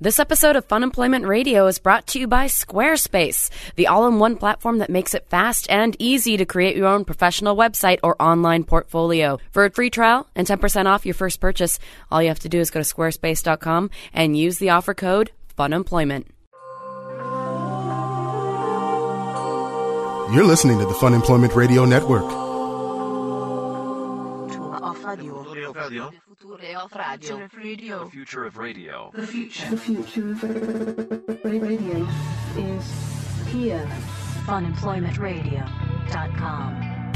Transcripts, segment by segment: This episode of Fun Employment Radio is brought to you by Squarespace, the all in one platform that makes it fast and easy to create your own professional website or online portfolio. For a free trial and 10% off your first purchase, all you have to do is go to squarespace.com and use the offer code FUNEMPLOYMENT. You're listening to the Fun Employment Radio Network. Future of radio. Future of radio. Future of radio. The future of radio. The future of radio is here. Funemploymentradio.com.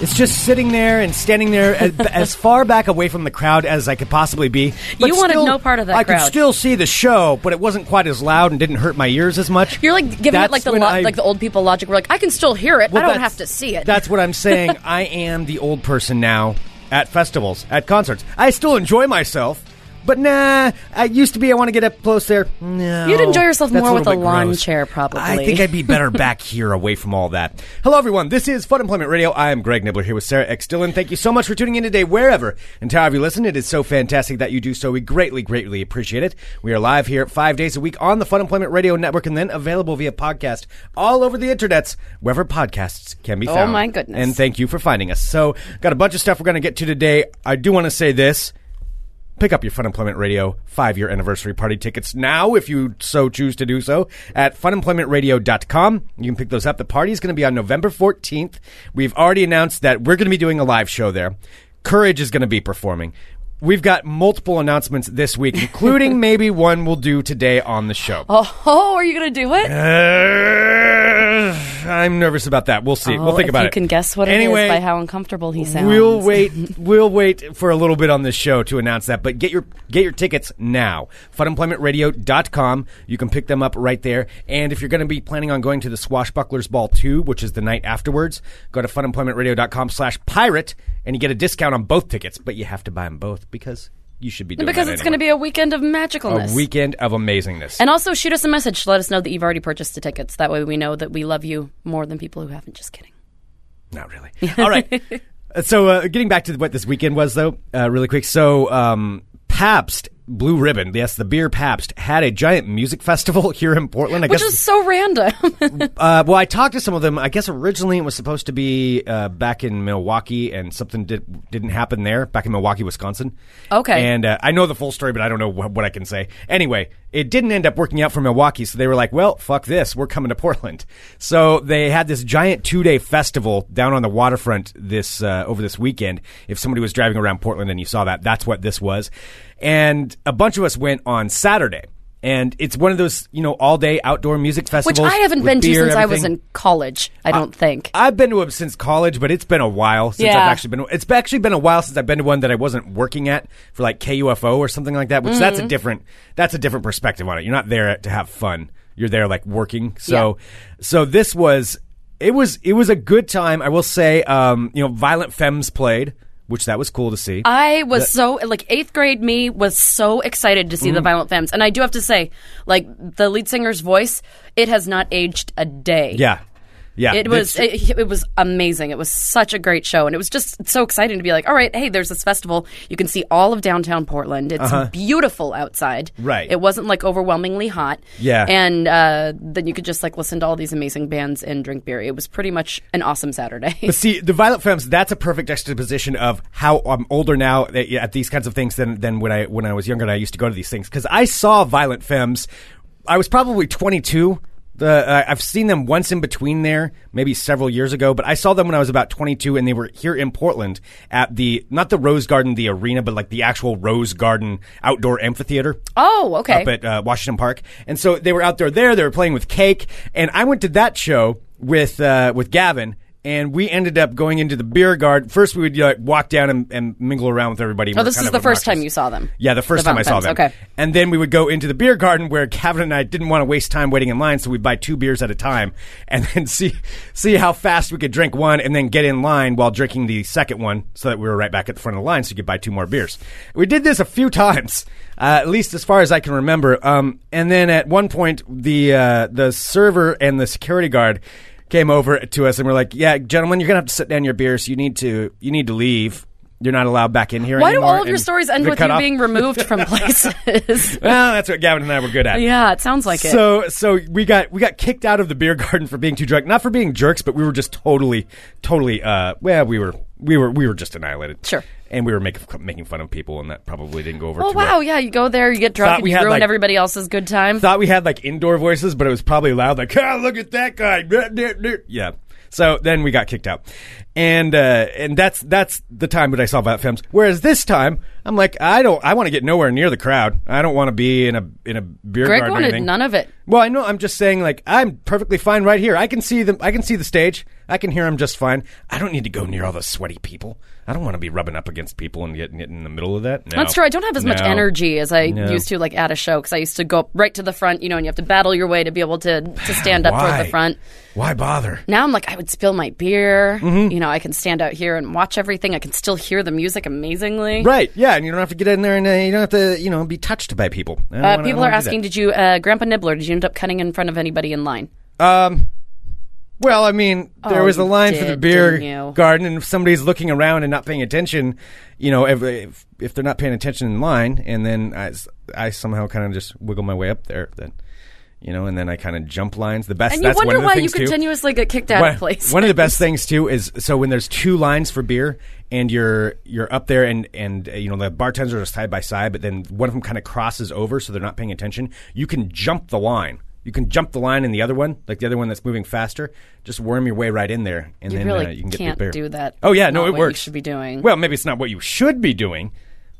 It's just sitting there and standing there as, as far back away from the crowd as I could possibly be. You wanted no part of that I crowd. could still see the show, but it wasn't quite as loud and didn't hurt my ears as much. You're like giving it That's like the when lo- I- like the old people logic. We're like, I can still hear it. Well, I don't have that's- to see it. That's what I'm saying. I am the old person now at festivals, at concerts. I still enjoy myself, but nah. I used to be. I want to get up close there. No, You'd enjoy yourself That's more a with little a bit lawn gross. chair, probably. I think I'd be better back here, away from all that. Hello, everyone. This is Fun Employment Radio. I am Greg Nibbler here with Sarah X Dillon. Thank you so much for tuning in today, wherever and however you listen. It is so fantastic that you do so. We greatly, greatly appreciate it. We are live here five days a week on the Fun Employment Radio Network, and then available via podcast all over the internets, wherever podcasts can be Oh, found. my goodness. And thank you for finding us. So, got a bunch of stuff we're going to get to today. I do want to say this. Pick up your Fun Employment Radio five year anniversary party tickets now if you so choose to do so at funemploymentradio.com. You can pick those up. The party is going to be on November 14th. We've already announced that we're going to be doing a live show there. Courage is going to be performing. We've got multiple announcements this week, including maybe one we'll do today on the show. oh, are you gonna do it? Uh, I'm nervous about that. We'll see. we'll think Oh, if about you it. can guess what it anyway, is by how uncomfortable he sounds. We'll wait. We'll wait for a little bit on this show to announce that. But get your get your tickets now. Funemploymentradio.com. You can pick them up right there. And if you're going to be planning on going to the Swashbucklers Ball two, which is the night afterwards, go to funemploymentradio.com/pirate and you get a discount on both tickets. But you have to buy them both because you should be doing because that it's anyway. going to be a weekend of magicalness. a weekend of amazingness. And also shoot us a message to let us know that you've already purchased the tickets. That way we know that we love you more than people who haven't. Just kidding. Not really. All right. Uh, So, uh, getting back to what this weekend was, though, uh, really quick. So, um, Pabst Blue Ribbon, yes, the beer Pabst, had a giant music festival here in Portland. I Which guess. is so random. uh, well, I talked to some of them. I guess originally it was supposed to be uh, back in Milwaukee, and something did, didn't happen there, back in Milwaukee, Wisconsin. Okay. And uh, I know the full story, but I don't know wh- what I can say. Anyway, it didn't end up working out for Milwaukee, so they were like, well, fuck this. We're coming to Portland. So they had this giant two day festival down on the waterfront this uh, over this weekend. If somebody was driving around Portland and you saw that, that's what this was. And a bunch of us went on Saturday. And it's one of those, you know, all day outdoor music Which festivals. I haven't with been to beer, since I was everything. in college, I don't think. I've been to them since college, but it's been a while since Yeah. I've actually been. It's actually been a while since I've been to one that I wasn't working at for like KUFO or something like that. Which that's Mm. a different that's a different perspective on it. You're not there to have fun. You're there like working. So so this was it was it was a good time. I will say, um, you know, Violent Femmes played, which that was cool to see. I was so like eighth grade me was so excited to see Mm. the Violent Femmes, and I do have to say, like the lead singer's voice, it has not aged a day. yeah, yeah. It was It's- it, it was amazing. It was such a great show, and it was just so exciting to be like, all right, hey, there's this festival. You can see all of downtown Portland. It's beautiful outside. Uh-huh. Right. It wasn't like overwhelmingly hot. Yeah. And uh, then you could just like listen to all these amazing bands and drink beer. It was pretty much an awesome Saturday. But see, the Violet Femmes, that's a perfect exposition of how I'm older now at at these kinds of things than, than when I when I was younger and I used to go to these things. Because I saw Violent Femmes, I was probably 22. The, uh, I've seen them once in between there, maybe several years ago, but I saw them when I was about 22 and they were here in Portland at the, not the Rose Garden, the arena, but like the actual Rose Garden outdoor amphitheater oh, okay. up at uh, Washington Park, and so they were out there. There, they were playing with Cake, and I went to that show with uh, with Gavin, and we ended up going into the beer garden. First, we would like walk down and, and mingle around with everybody. Oh, this is the first time you saw them. Yeah, the first The time I saw them. Valentine's, okay. And then we would go into the beer garden where Gavin and I didn't want to waste time waiting in line, so we'd buy two beers at a time and then see see how fast we could drink one and then get in line while drinking the second one so that we were right back at the front of the line so you could buy two more beers. We did this a few times, uh, at least as far as I can remember. Um, and then at one point, the, uh, the server and the security guard came over to us and were like, yeah, gentlemen, you're going to have to sit down your beers. You need to, you need to leave You're not allowed back in here Why do anymore. all of your and stories end they're with cut you off. being removed from places? Well, that's what Gavin and I were good at. yeah, it sounds like it. So so we got we got kicked out of the beer garden for being too drunk. Not for being jerks, but we were just totally totally uh well, we were we were we were just annihilated. Sure. And we were making making fun of people and that probably didn't go over Oh too well. wow, yeah, you go there, you get drunk, Thought and we you had, ruin like- everybody else's good time. Thought we had like indoor voices, but it was probably loud like, "Ah, look at that guy." Yeah. So then we got kicked out. And uh and that's that's the time that I saw Violet Femmes. Whereas this time, I'm like, I don't I want to get nowhere near the crowd. I don't want to be in a in a beer Greg garden or wanted anything. none of it. Well, I know. I'm just saying, like, I'm perfectly fine right here. I can see them. I can see the stage. I can hear them just fine. I don't need to go near all those sweaty people. I don't want to be rubbing up against people and getting in the middle of that. No. That's true. I don't have as much No. energy as I No. used to, like at a show, because I used to go up right to the front, you know, and you have to battle your way to be able to to stand up toward Why? the front. Why bother? Now I'm like, I would spill my beer. Mm-hmm. You know, I can stand out here and watch everything. I can still hear the music amazingly. Uh, Right? Yeah, and you don't have to get in there, and uh, you don't have to, you know, be touched by people. I don't Uh, wanna- I people don't are wanna do asking, did you, uh, Grandpa Nibbler, did you end up cutting in front of anybody in line? that. Um. Well, I mean, there Oh, was a you line for the did, didn't beer you? garden, and if somebody's looking around and not paying attention, you know, if if, if they're not paying attention in line, and then I, s- I somehow kind of just wiggle my way up there, then you know, and then I kind of jump lines. The best. And that's you wonder one of the why you things, too. continuously get kicked out One- of place. One of the best things too is so when there's two lines for beer and you're you're up there and and uh, you know the bartenders are side by side, but then one of them kind of crosses over so they're not paying attention. You can jump the line. You can jump the line in the other one, like the other one that's moving faster. Just worm your way right in there, and You then really uh, you can get can't the beer. do that. Oh yeah, no, Not it what you works. should be doing. Well, maybe it's not what you should be doing,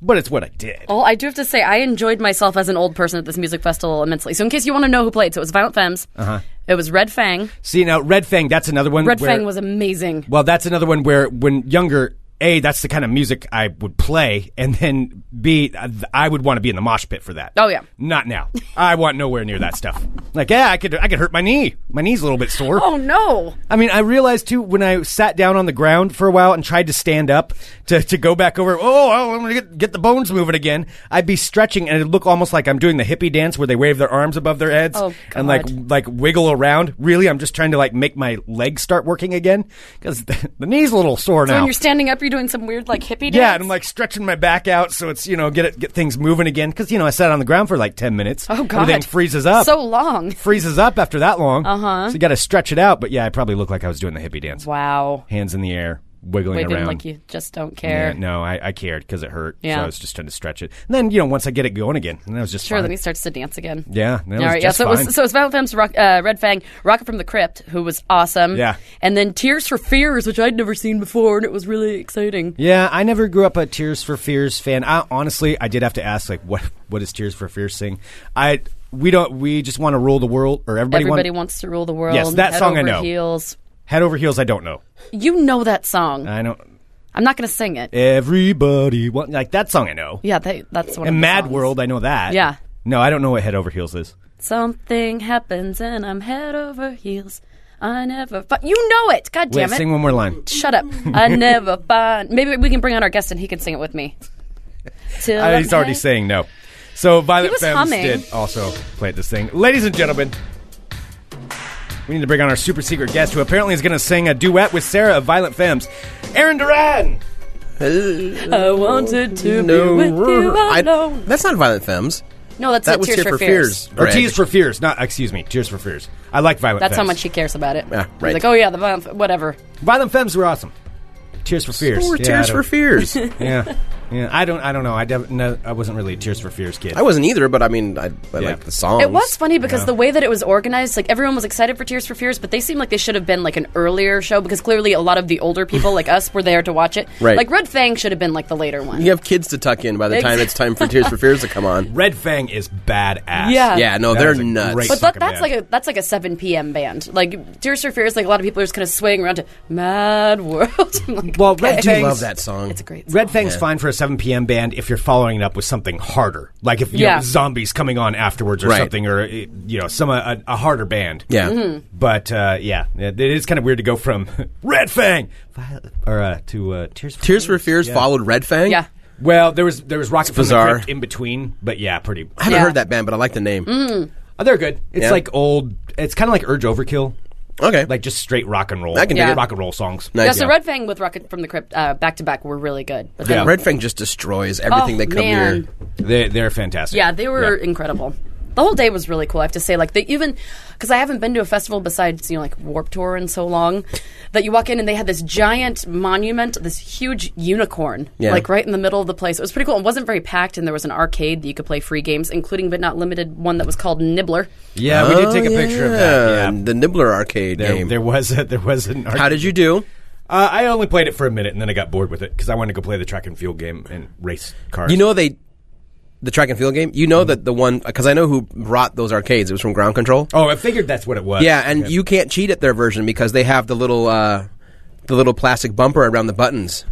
but it's what I did. Well, Oh, I do have to say, I enjoyed myself as an old person at this music festival immensely. So, in case you want to know who played, so it was Violent Femmes. Uh-huh. It was Red Fang. See now, Red Fang. That's another one. Red where- Fang was amazing. Well, that's another one where when younger, A, that's the kind of music I would play. And then B, I- I would want to be in the mosh pit for that. Oh, yeah. Not now. I want nowhere near that stuff. Like, yeah, I could I could hurt my knee. My knee's a little bit sore. Oh no! I mean, I realized too when I sat down on the ground for a while and tried to stand up to, to go back over. Oh, well, I'm gonna get, get the bones moving again. I'd be stretching and it'd look almost like I'm doing the hippie dance where they wave their arms above their heads Oh, and like God. like wiggle around. Really, I'm just trying to like make my legs start working again because the, the knee's a little sore So now. when you're standing up, you're doing some weird like hippie dance. yeah, and I'm like stretching my back out so it's you know get it, get things moving again because you know I sat on the ground for like ten minutes. oh god, everything freezes up. so Uh-huh. long. freezes up after that long. Uh huh. So you got to stretch it out. But yeah, I probably look like I was doing the hippie dance Wow, hands in the air, wiggling waving around. like you just don't Yeah, care. no, I, I cared because it hurt. So Yeah. I was just trying to stretch it. And then, you know, once I get it going again, and that was just Sure, fine. then he starts to dance again. Yeah, that was yeah. just So it fine. was so it's Violent Femmes, Rock, uh, Red Fang, Rocket from the Crypt, who was awesome. Yeah. and then Tears for Fears, which I'd never seen before, and it was really exciting. yeah, I never grew up a Tears for Fears fan. I, honestly, I did have to ask, like, what what does Tears for Fears sing? I we don't we just want to rule the world, or everybody, Everybody want, wants to rule the world. Yes, that Head song I over know. Heels. head over heels. I don't know. You know that song. I know I'm not going to sing it. everybody want like that song. I know. Yeah, they, that's one. of And the Mad songs. World, I know that. Yeah. No, I don't know what head over heels is. Something happens and I'm head over heels. I never. Fi- you know it. God Wait, damn it. sing one more line. Shut up. I never find. Maybe we can bring on our guest and he can sing it with me. Till Uh, I'm he's already head- saying no. So Violet He was Femmes humming. did also play this thing. Ladies and gentlemen, we need to bring on our super secret guest who apparently is going to sing a duet with Sarah of Violet Femmes, Aaron Duran. I wanted to No, be with you I- alone. that's not Violent Femmes. no, that's That it. was Tears Tears for Fears. Or Greg. Tears for Fears. Not, excuse me, Tears for Fears. I like Violet That's how Femmes. much he cares about it. Yeah, He's right. like, oh yeah, the violence, whatever. Violent Femmes were awesome. Tears for Fears. Who were Yeah, Tears I for don't- Fears? Yeah. Yeah, I don't. I don't know. I, dev- no, I wasn't really a Tears for Fears kid. I wasn't either, but I mean, I, I Yeah. like the songs. It was funny because the way that it was organized, like everyone was excited for Tears for Fears, but they seemed like they should have been like an earlier show because clearly a lot of the older people like us were there to watch it. Right. Like Red Fang should have been like the later one. You have kids to tuck in by the time Exa- it's time for Tears for Fears to come on. Red Fang is badass. Yeah. Yeah, no, That they're is a nuts. great But fucking that, that's band. like a that's like a 7 p.m. band. Like Tears for Fears, like a lot of people are just kind of swaying around to Mad World. I'm like, Well, okay. Red I do Fang's- love that song. It's a great. Red Fang's fine for a 7 p.m. band if you're following it up with something harder, like if you know, Yeah. zombies coming on afterwards or Right. something, or uh, you know, some uh, a, a harder band. Yeah. Mm-hmm. But uh, yeah, it it is kind of weird to go from Red Fang Violet- or uh, to uh, Tears for Tears for Fears Yeah. followed Red Fang. Yeah. Well, there was there was Rocket from the bizarre. Crypt in between, but yeah, pretty. I haven't Yeah. Mm. heard that band, but I like the name. Oh, they're good. It's Yeah. like old. It's kind of like Urge Overkill. Okay. Like just straight rock and roll. I can dig Yeah. it. rock and roll songs. Nice. Yeah, so Yeah. Red Fang with Rocket from the Crypt uh, back to back were really good. But then, Yeah. Red Fang just destroys everything Oh, they come man. near. They, they're fantastic. Yeah, they were Yeah. incredible. The whole day was really cool. I have to say, like they even because I haven't been to a festival besides you know like Warp Tour in so long that you walk in and they had this giant monument, this huge unicorn, Yeah. like right in the middle of the place. It was pretty cool. It wasn't very packed, and there was an arcade that you could play free games, including but not limited one that was called Nibbler. Yeah, we did take a Oh, picture of yeah, that. Yeah. The Nibbler arcade There, game. there was a, there was an. How did you do? Uh, I only played it for a minute and then I got bored with it because I wanted to go play the track and field game and race cars. You know they, the track and field game. You know that the one because I know who brought those arcades. It was from Ground Control. Oh, I figured that's what it was. Yeah, and you can't cheat at their version because they have the little uh, the little plastic bumper around the buttons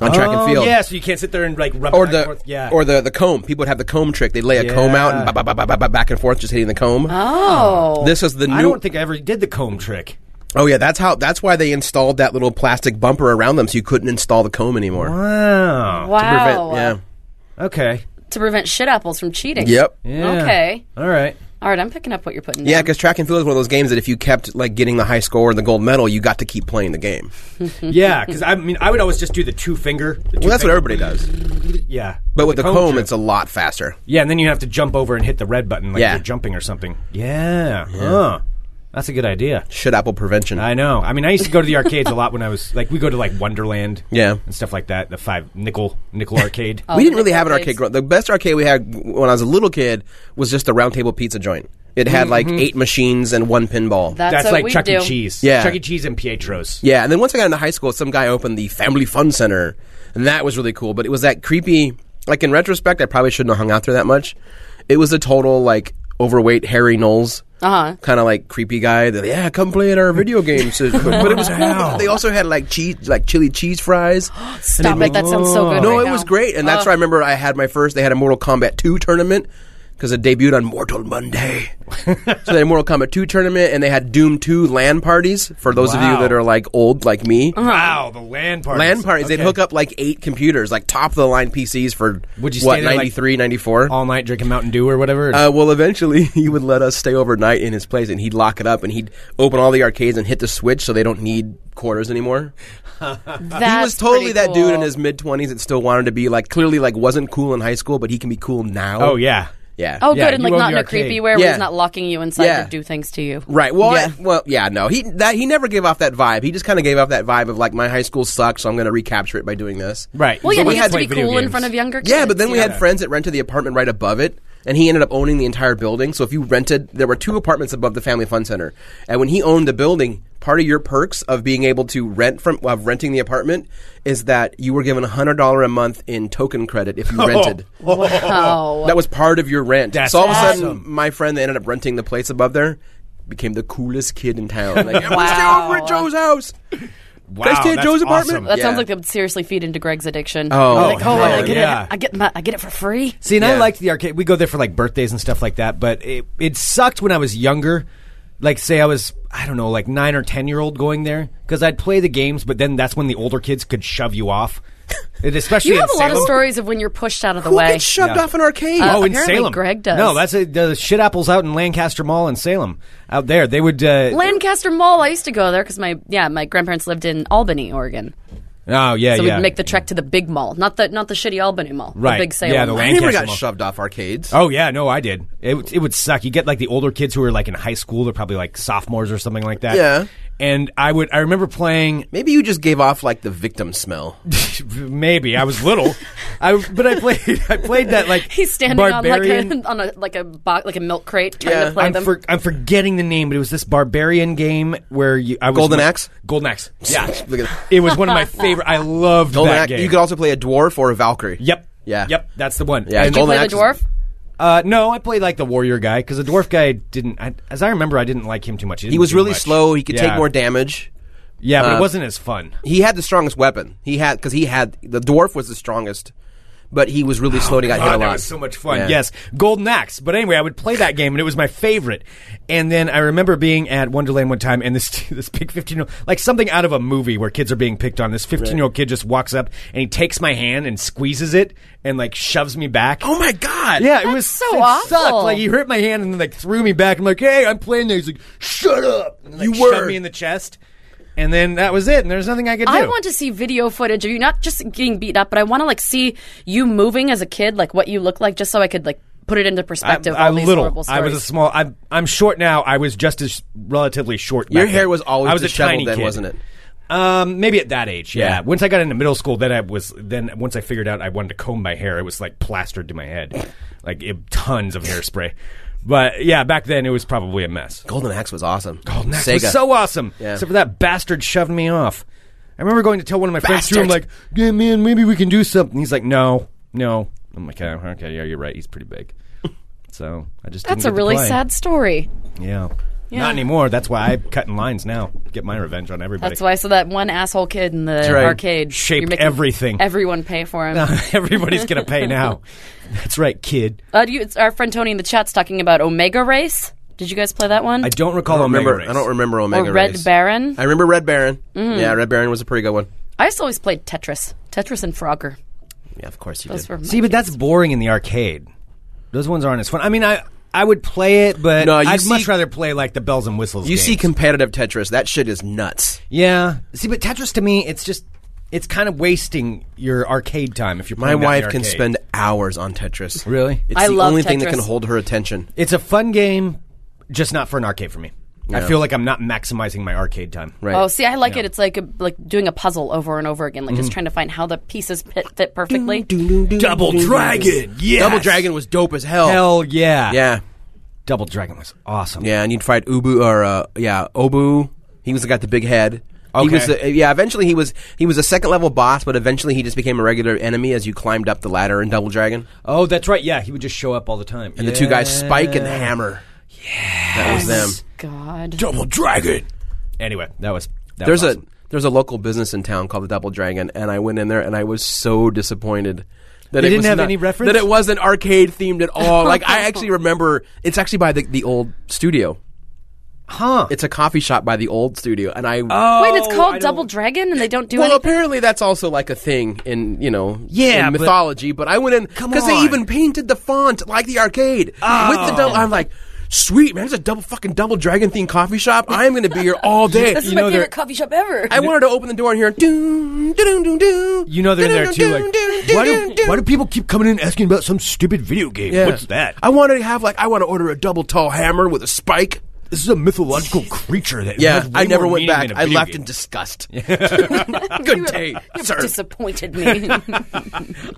on track and field. Oh, Yeah, so you can't sit there and like rub Or back the and forth. yeah or the, the comb. People would have the comb trick. They'd lay a comb out and Yeah. ba- ba- ba- ba- ba- ba- back and forth, just hitting the comb. Oh, This is the new. I don't think I ever did the comb trick. oh yeah, that's how. That's why they installed that little plastic bumper around them, so you couldn't install the comb anymore. Wow. wow! Prevent- yeah. Okay. To prevent shit apples from cheating. Yep. Yeah. Okay. All right. All right, I'm picking up what you're putting. Yeah, down. because track and field is one of those games that if you kept like getting the high score and the gold medal, you got to keep playing the game. Yeah, because I mean, I would always just do the two finger. The Well, that's what everybody does. yeah. But with the comb, trick. it's a lot faster. yeah, and then you have to jump over and hit the red button like Yeah. you're jumping or something. Yeah. Huh. That's a good idea. Shit apple prevention. I know. I mean, I used to go to the arcades a lot when I was like, we go to like Wonderland, Yeah. and stuff like that. The five nickel nickel arcade. we didn't really have an arcades. arcade. Growing. The best arcade we had when I was a little kid was just the round table pizza joint. It had like eight machines and one pinball. that's, That's what like we Chuck do. E. Cheese. Yeah. Chuck E. Cheese and Pietro's. yeah, and then once I got into high school, some guy opened the Family Fun Center, and that was really cool. But it was that creepy. Like in retrospect, I probably shouldn't have hung out there that much. It was a total like overweight Harry Knowles. Uh-huh. Kind of like creepy guy. That, yeah, come play in our video games. but, but it was Oh. cool. They also had like cheese, like chili cheese fries. Stop it! That sounds so good. Oh. No, right it was now. great, and Uh. that's where I remember I had my first. They had a Mortal Kombat 2 tournament because it debuted on Mortal Monday. so they had a Mortal Kombat 2 tournament, and they had Doom 2 LAN parties for those of Wow. you that are like old like me. Wow, the land parties. LAN parties. They'd Okay. hook up like eight computers, like top of the line PCs for Would you what stay there, like, 93, 94. all night drinking Mountain Dew or whatever. Uh, well, eventually he would let us stay overnight in his place, and he'd lock it up, and he'd open all the arcades and hit the switch, so they don't need quarters anymore. That's he was totally pretty that dude in cool. his mid twenties that still wanted to be like clearly like wasn't cool in high school, but he can be cool now. oh yeah. yeah. Oh, Yeah, good, and you like own not in the a arcade. creepy way where Yeah. he's not locking you inside Yeah. to do things to you. right. Well, Yeah. I- well, yeah. No, he that he never gave off that vibe. He just kind of gave off that vibe of like my high school sucks, so I'm going to recapture it by doing this. Right. Well, yeah, So he we has to play be video cool in games. front of younger kids. Yeah, but then we you had know? friends that rented the apartment right above it, and he ended up owning the entire building. So if you rented, there were two apartments above the Family Fun Center, and when he owned the building, part of your perks of being able to rent from of renting the apartment is that you were given a hundred dollar a month in token credit if you rented. Oh, That was part of your rent. That's so all of a awesome. sudden, my friend that ended up renting the place above there became the coolest kid in town. Like, "Yeah, we're still Wow. over at Joe's house. Wow, Can I stay at that's Joe's awesome. apartment? that Yeah. sounds like they would seriously feed into Greg's addiction. Oh, They're like, oh, hell I get yeah. it. I get my, I get it for free. See, and I Yeah. liked the arcade. We go there for like birthdays and stuff like that. But it it sucked when I was younger. Like, say I was I don't know, like nine or ten year old going there because I'd play the games, but then that's when the older kids could shove you off. It, especially You in have a lot of Salem. stories of when you're pushed out of the Who way. gets shoved Yeah. off an arcade? oh, in apparently Salem, Greg does. No, that's it. The shit apples out in Lancaster Mall in Salem. Out there, they would. Uh, Lancaster Mall. I used to go there because my yeah my grandparents lived in Albany, Oregon. oh yeah, So yeah. we'd make the trek to the big mall, not the not the shitty Albany mall, Right. the big Salem. Yeah, the mall. Lan- I never Lancaster got Mall. shoved off arcades. Oh yeah, no, I did. It would- it would suck. You get like the older kids who are like in high school, they're probably like sophomores or something like that. Yeah. And I would I remember playing Maybe you just gave off like the victim smell. maybe I was little, I but I played I played that like He's standing on like barbarian. a on a like a box like a milk crate trying Yeah. to play I'm, them. for, I'm forgetting the name, but it was this barbarian game where you I was Golden Axe? Golden Axe. Yeah, Look at that. it was one of my favorite. I loved Golden that Axe- game. You could also play a dwarf or a Valkyrie. Yep. Yeah. Yep. That's the one. Yeah, And- Did you Golden play Axe the is- dwarf? uh, no, I played like the warrior guy because the dwarf guy didn't. I, as I remember, I didn't like him too much. He was really slow. He could Yeah. take more damage. Yeah, but Uh, it wasn't as fun. He had the strongest weapon. He had because he had the dwarf was the strongest but he was really slow and he got hit a Oh God, lot. that was so much fun. Yeah. Yes, Golden Axe. But anyway, I would play that game, and it was my favorite. And then I remember being at Wonderland one time, and this this big fifteen year old, like something out of a movie where kids are being picked on. This fifteen year old kid just walks up and he takes my hand and squeezes it and like shoves me back. Oh my god! Yeah, it That's was so it Sucked. awful. Like he hurt my hand and then like threw me back. I'm like, hey, I'm playing there. He's like, shut up. And, like, You shoved were. me in the chest, and then that was it. And there's nothing I could do. I want to see video footage of you not just getting beat up, but I want to like see you moving as a kid, like what you look like, just so I could like put it into perspective. all I'm these horrible little. I stories. was a small. I'm I'm short now. I was just as relatively short. Your back hair then. was always I was disheveled a tiny then, kid. wasn't it? Um, maybe at that age. Yeah. Yeah. Once I got into middle school, then I was. Then once I figured out I wanted to comb my hair, it was like plastered to my head, like it, tons of hairspray. But yeah, back then it was probably a mess. Golden Axe was awesome. Golden Axe Sega. was so awesome. Yeah. Except for that bastard shoved me off. I remember going to tell one of my friends through him like, Bastard. "Yeah, man, maybe we can do something." He's like, "No, no." I'm like, "Okay, okay, yeah, you're right. He's pretty big." So I just That's didn't get a to really play. sad story. Yeah. Not anymore. That's why I cut in lines now. Get my revenge on everybody. That's why. So that one asshole kid in the right. arcade Shaped you're making everything. Everyone pay for him. Everybody's gonna pay now. That's right, kid. Uh, do you, it's our friend Tony in the chat's talking about Omega Race. Did you guys play that one? I don't I recall don't Omega remember. Race. I don't remember Omega or Red Race. Baron. Mm. I remember Red Baron. Yeah, Red Baron was a pretty good one. I just always played Tetris, Tetris and Frogger. Yeah, of course you Those did. were my See, but that's boring in the arcade. Those ones aren't as fun. I mean, I I would play it, but No, you I'd see- much rather play like the bells and whistles. you see games. competitive Tetris. That shit is nuts. yeah. See, but Tetris to me, it's just it's kind of wasting your arcade time if you're. My playing that in the wife can arcade. spend hours on Tetris. Really? It's I the love only thing that can Tetris. hold her attention. It's a fun game, just not for an arcade for me. I feel like I'm not maximizing my arcade time. Right. Oh, see, I like it. It's like a, like doing a puzzle over and over again, like Mm. just trying to find how the pieces fit, fit perfectly. Double Dragon. Yeah. Double Dragon was dope as hell. Hell yeah. Yeah. Double Dragon was awesome. Yeah, and you'd fight Ubu or uh, yeah, Obu. He was the guy with the big head. He Okay. was the, yeah, eventually he was he was a second level boss, but eventually he just became a regular enemy as you climbed up the ladder in Double Dragon. Oh, that's right. Yeah, he would just show up all the time. And the two guys Spike and Hammer. Yeah. That was them. God. Double Dragon. Anyway, that was that There's was a there's a local business in town called the Double Dragon, and I went in there and I was so disappointed that They it didn't was have not- any reference? that it wasn't arcade themed at all. like I actually remember it's actually by the, the old studio. huh. It's a coffee shop by the old studio, and I Wait, it's Oh, I called don't- Double Dragon, and they don't do well anything. apparently that's also like a thing in you know Yeah, in but- mythology. But, I went in Come because they on. even painted the font like the arcade with the double. I'm Oh. like. Sweet man, it's a double fucking double dragon themed coffee shop. I'm going to be here all day. This is You my know, they're- favorite coffee shop ever. I wanted to open the door and hear doom, doom, doom, doom. you know they're in there too. Like, why do, why do people keep coming in asking about some stupid video game? What's that? I want to have like I want to order a double tall hammer with a spike. this is a mythological creature that. Yeah, has way I never more went meaning back. than a I video left game. in disgust. Good day, You've sir. disappointed me.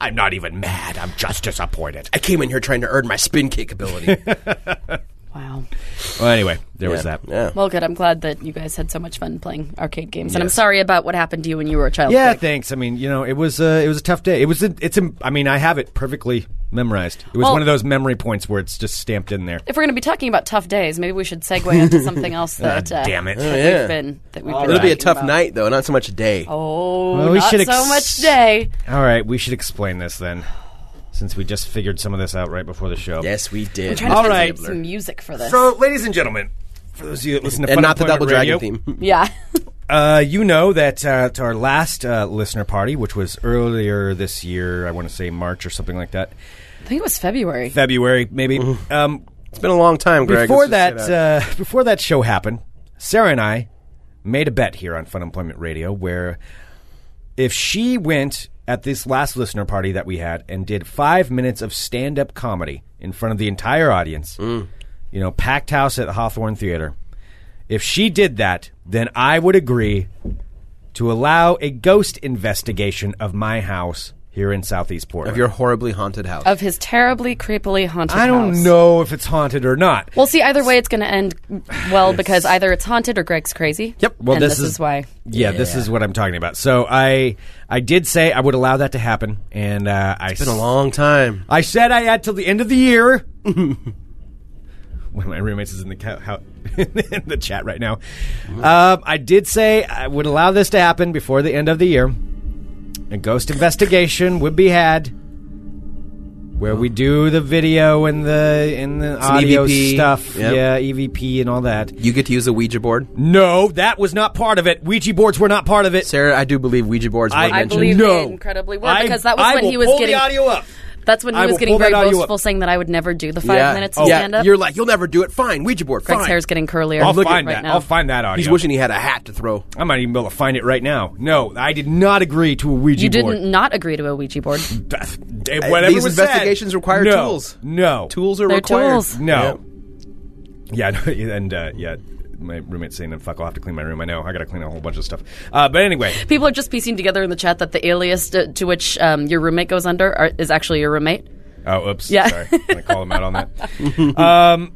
I'm not even mad. I'm just disappointed. I came in here trying to earn my spin kick ability. wow. Well, anyway, there was that. Yeah. Well, good. I'm glad that you guys had so much fun playing arcade games, and I'm sorry about what happened to you when you were a child. Yeah, thanks. I mean, you know, it was uh, it was a tough day. It was a, it's a, I mean, I have it perfectly memorized. It was Well- one of those memory points where it's just stamped in there. If we're going to be talking about tough days, maybe we should segue into something else that. Uh, Ah, damn it. Oh, That yeah. We've been. That we've been It'll be a talking tough about. night though, not so much a day. Oh, Well, we not should so ex- much day. All right, we should explain this then, since we just figured some of this out right before the show. Yes, we did. Trying to All find right. Some music for this. So, ladies and gentlemen, for those of you that listen to and Fun not the Employment Double Radio, Dragon theme. yeah. uh, you know that uh, to our last uh, listener party, which was earlier this year, I want to say March or something like that, I think it was February. February maybe. Mm-hmm. Um, It's been a long time, Greg. before Let's just that, get out. uh, before that show happened, Sarah and I made a bet here on Fun Employment Radio where if she went at this last listener party that we had and did five minutes of stand-up comedy in front of the entire audience, Mm. you know, packed house at the Hawthorne Theater. If she did that, then I would agree to allow a ghost investigation of my house here in Southeast Portland. of your horribly haunted house. Of his terribly, creepily haunted I don't house. know if it's haunted or not. Well, see, either way, it's going to end well because either it's haunted or Greg's crazy. Yep. Well, and this this, is- is, why. Yeah, this is what I'm talking about. So I I did say I would allow that to happen, and uh, I it's been a long time. I said I had till the end of the year. One of my roommates is in the ca- how, in the chat right now. Um, I did say I would allow this to happen before the end of the year. A ghost investigation would be had, where we do the video and the and the Some audio EVP. stuff. Yep. Yeah, EVP and all that. You get to use a Ouija board. No, that was not part of it. Ouija boards were not part of it. Sarah, I do believe Ouija boards were I- I mentioned. believe No. they incredibly were I- because that was I when will he was pull the getting audio up. That's when he I was will getting pull that very audio boastful, up. saying that I would never do the five yeah. minutes Oh, of yeah. stand up. You're like, you'll never do it. Fine, Ouija board. Greg's fine. hair's getting curlier. I'll Look at find it right that. now. I'll find that audio. He's wishing he had a hat to throw. I might even be able to find it right now. No, I did not agree to a Ouija You board. didn't not agree to a Ouija board. That's- eh, Whatever Uh, These was said. investigations require No. tools. No. Tools are They're required. tools. No. Yeah, no, and uh, yeah, my roommate's saying, "Fuck, I'll have to clean my room." I know, I got to clean a whole bunch of stuff. Uh, but anyway, People are just piecing together in the chat that the alias to, to which um, your roommate goes under are, is actually your roommate. oh, oops, Yeah. sorry, I'm gonna call him out on that. um,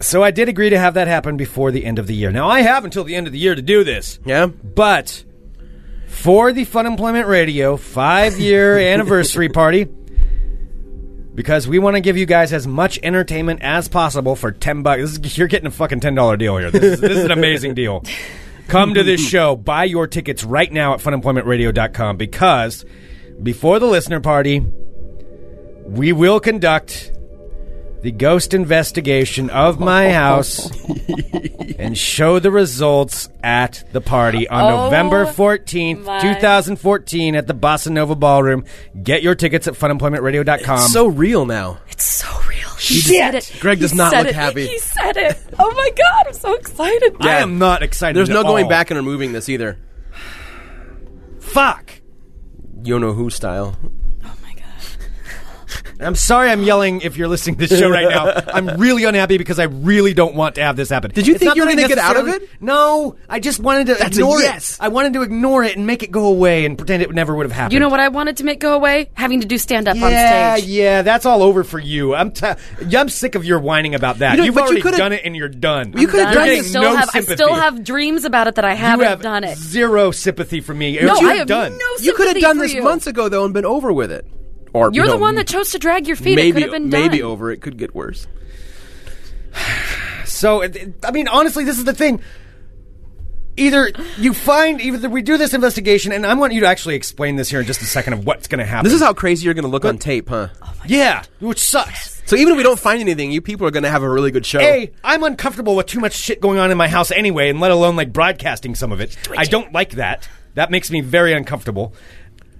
so I did agree to have that happen before the end of the year. Now I have until the end of the year to do this. Yeah. But for the Fun Employment Radio five year anniversary party, because we want to give you guys as much entertainment as possible for ten bucks. This is, you're getting a fucking ten dollar deal here. This is, this is an amazing deal. Come to this show. Buy your tickets right now at funemploymentradio.com because before the listener party, we will conduct the ghost investigation of my house and show the results at the party on Oh, November 14th, my. 2014 at the Bossa Nova Ballroom. Get your tickets at funemploymentradio.com. So real now. It's so real. He Shit. said it. Greg does He not said look it. happy. He said it. Oh my god, I'm so excited. I am not excited. There's at no going all. back and removing this either. Fuck. You know who style. I'm sorry I'm yelling if you're listening to this show right now. I'm really unhappy because I really don't want to have this happen. Did you think you were gonna get out of it? No, I just wanted to a ignore yes. it. I wanted to ignore it and make it go away and pretend it never would have happened. You know what I wanted to make go away? Having to do stand up yeah, on stage. yeah, that's all over for you. I'm t- I'm sick of your whining about that. You know, You've but you already could've- done it and you're done. You could've Done. You're I getting still no have I still sympathy. have dreams about it that I You haven't have done it. zero sympathy for me. No, What you I have have done. no sympathy you could have done for this you. months ago though and been over with it. Or You're you the know, one that chose to drag your feet. it maybe could have been done. maybe over. It could get worse. So, it- it- I mean, honestly, this is the thing. Either you find, either we do this investigation, and I want you to actually explain this here in just a second of what's going to happen. This is how crazy you're going to look on tape, huh? Oh, yeah, which sucks. So even if we don't find anything, you people are going to have a really good show. A, I'm uncomfortable with too much shit going on in my house anyway, and let alone like broadcasting some of it. I don't like that. That makes me very uncomfortable.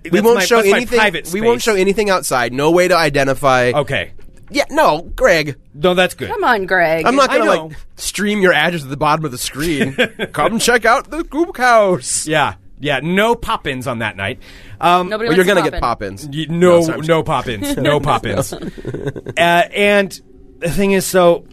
we That's won't my- show that's my anything. private We won't space. Oh. show anything outside. No way to identify. Okay, Yeah, no, Greg. no, that's good. Come on, Greg. I'm not I going to know. like stream your address at the bottom of the screen. Come check out the Goop House. Yeah, yeah, no pop-ins on that night. Um, Nobody Well, you're going to get pop-ins. Y- no, sorry, I'm no pop-ins, no pop-ins. uh, and the thing is, so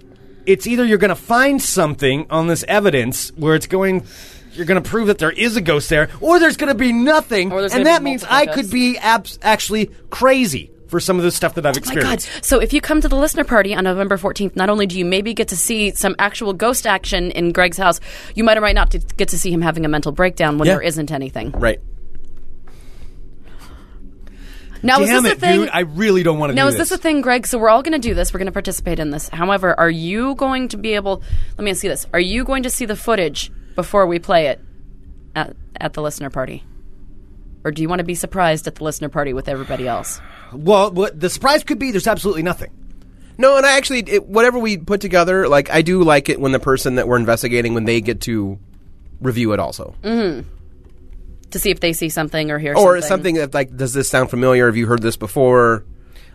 it's either you're going to find something on this evidence where it's going, you're going to prove that there is a ghost there, or there's going to be nothing, Or there's and gonna that be means multiple I ghosts. Oh could be abs- actually crazy for some of the stuff that I've My God. experienced. So if you come to the listener party on November 14th, not only do you maybe get to see some actual ghost action in Greg's house, you might or might not get to see him having a mental breakdown when Yeah. there isn't anything. Right. Now, Oh, is Damn this it, a thing? dude! I really don't want to. now, do is this a thing, Greg? So we're all going to do this. We're going to participate in this. However, are you going to be able, let me ask you this, are you going to see the footage before we play it at, at the listener party? Or do you want to be surprised at the listener party with everybody else? Well, what the surprise could be there's absolutely nothing. No, and I actually it, whatever we put together, like I do like it when the person that we're investigating when they get to review it also, To see if they see something or hear or Mm. something. something that like does this sound familiar? Have you heard this before?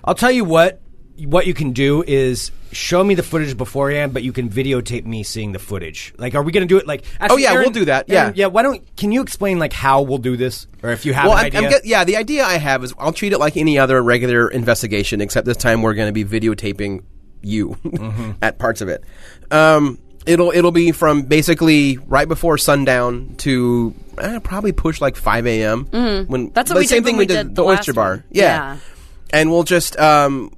I'll tell you what. What you can do is show me the footage beforehand, but you can videotape me seeing the footage. Like, are we going to do it? Like, actually, Oh, yeah, Aaron- we'll do that, Aaron, yeah. yeah. Why don't? Can you explain like how we'll do this, or if you have well, an I'm, idea? I'm get, yeah. The idea I have is I'll treat it like any other regular investigation, except this time we're going to be videotaping you Mm-hmm. at parts of it. Um, it'll it'll be from basically right before sundown to eh, probably push like 5 a.m. When That's what the we did same when thing we did did the the oyster last bar, one. Yeah. yeah. And we'll just um,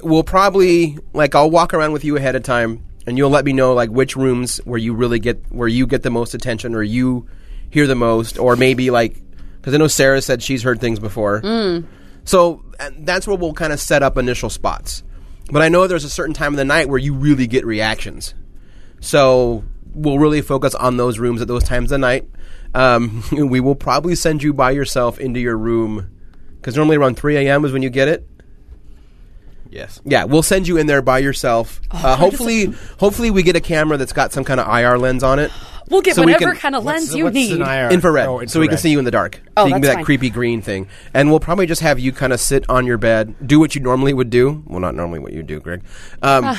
we'll probably like I'll walk around with you ahead of time, and you'll let me know like which rooms where you really get where you get the most attention, or you hear the most, or maybe like because I know Sarah said she's heard things before. Mm. So and that's where we'll kind of set up initial spots. But I know there's a certain time of the night where you really get reactions. So we'll really focus on those rooms at those times of the night. Um, we will probably send you by yourself into your room because normally around 3 a.m. is when you get it. Yes. Yeah, we'll send you in there by yourself. Oh, uh, hopefully, hopefully we get a camera that's got some kind of IR lens on it. We'll get So we whatever can- kind of lens What's- you what's need. an IR? infrared, Oh, so we can infrared. see you in the dark. Oh, so you can be that's that fine. creepy green thing, and we'll probably just have you kind of sit on your bed, do what you normally would do. Well, not normally what you do, Greg. Um,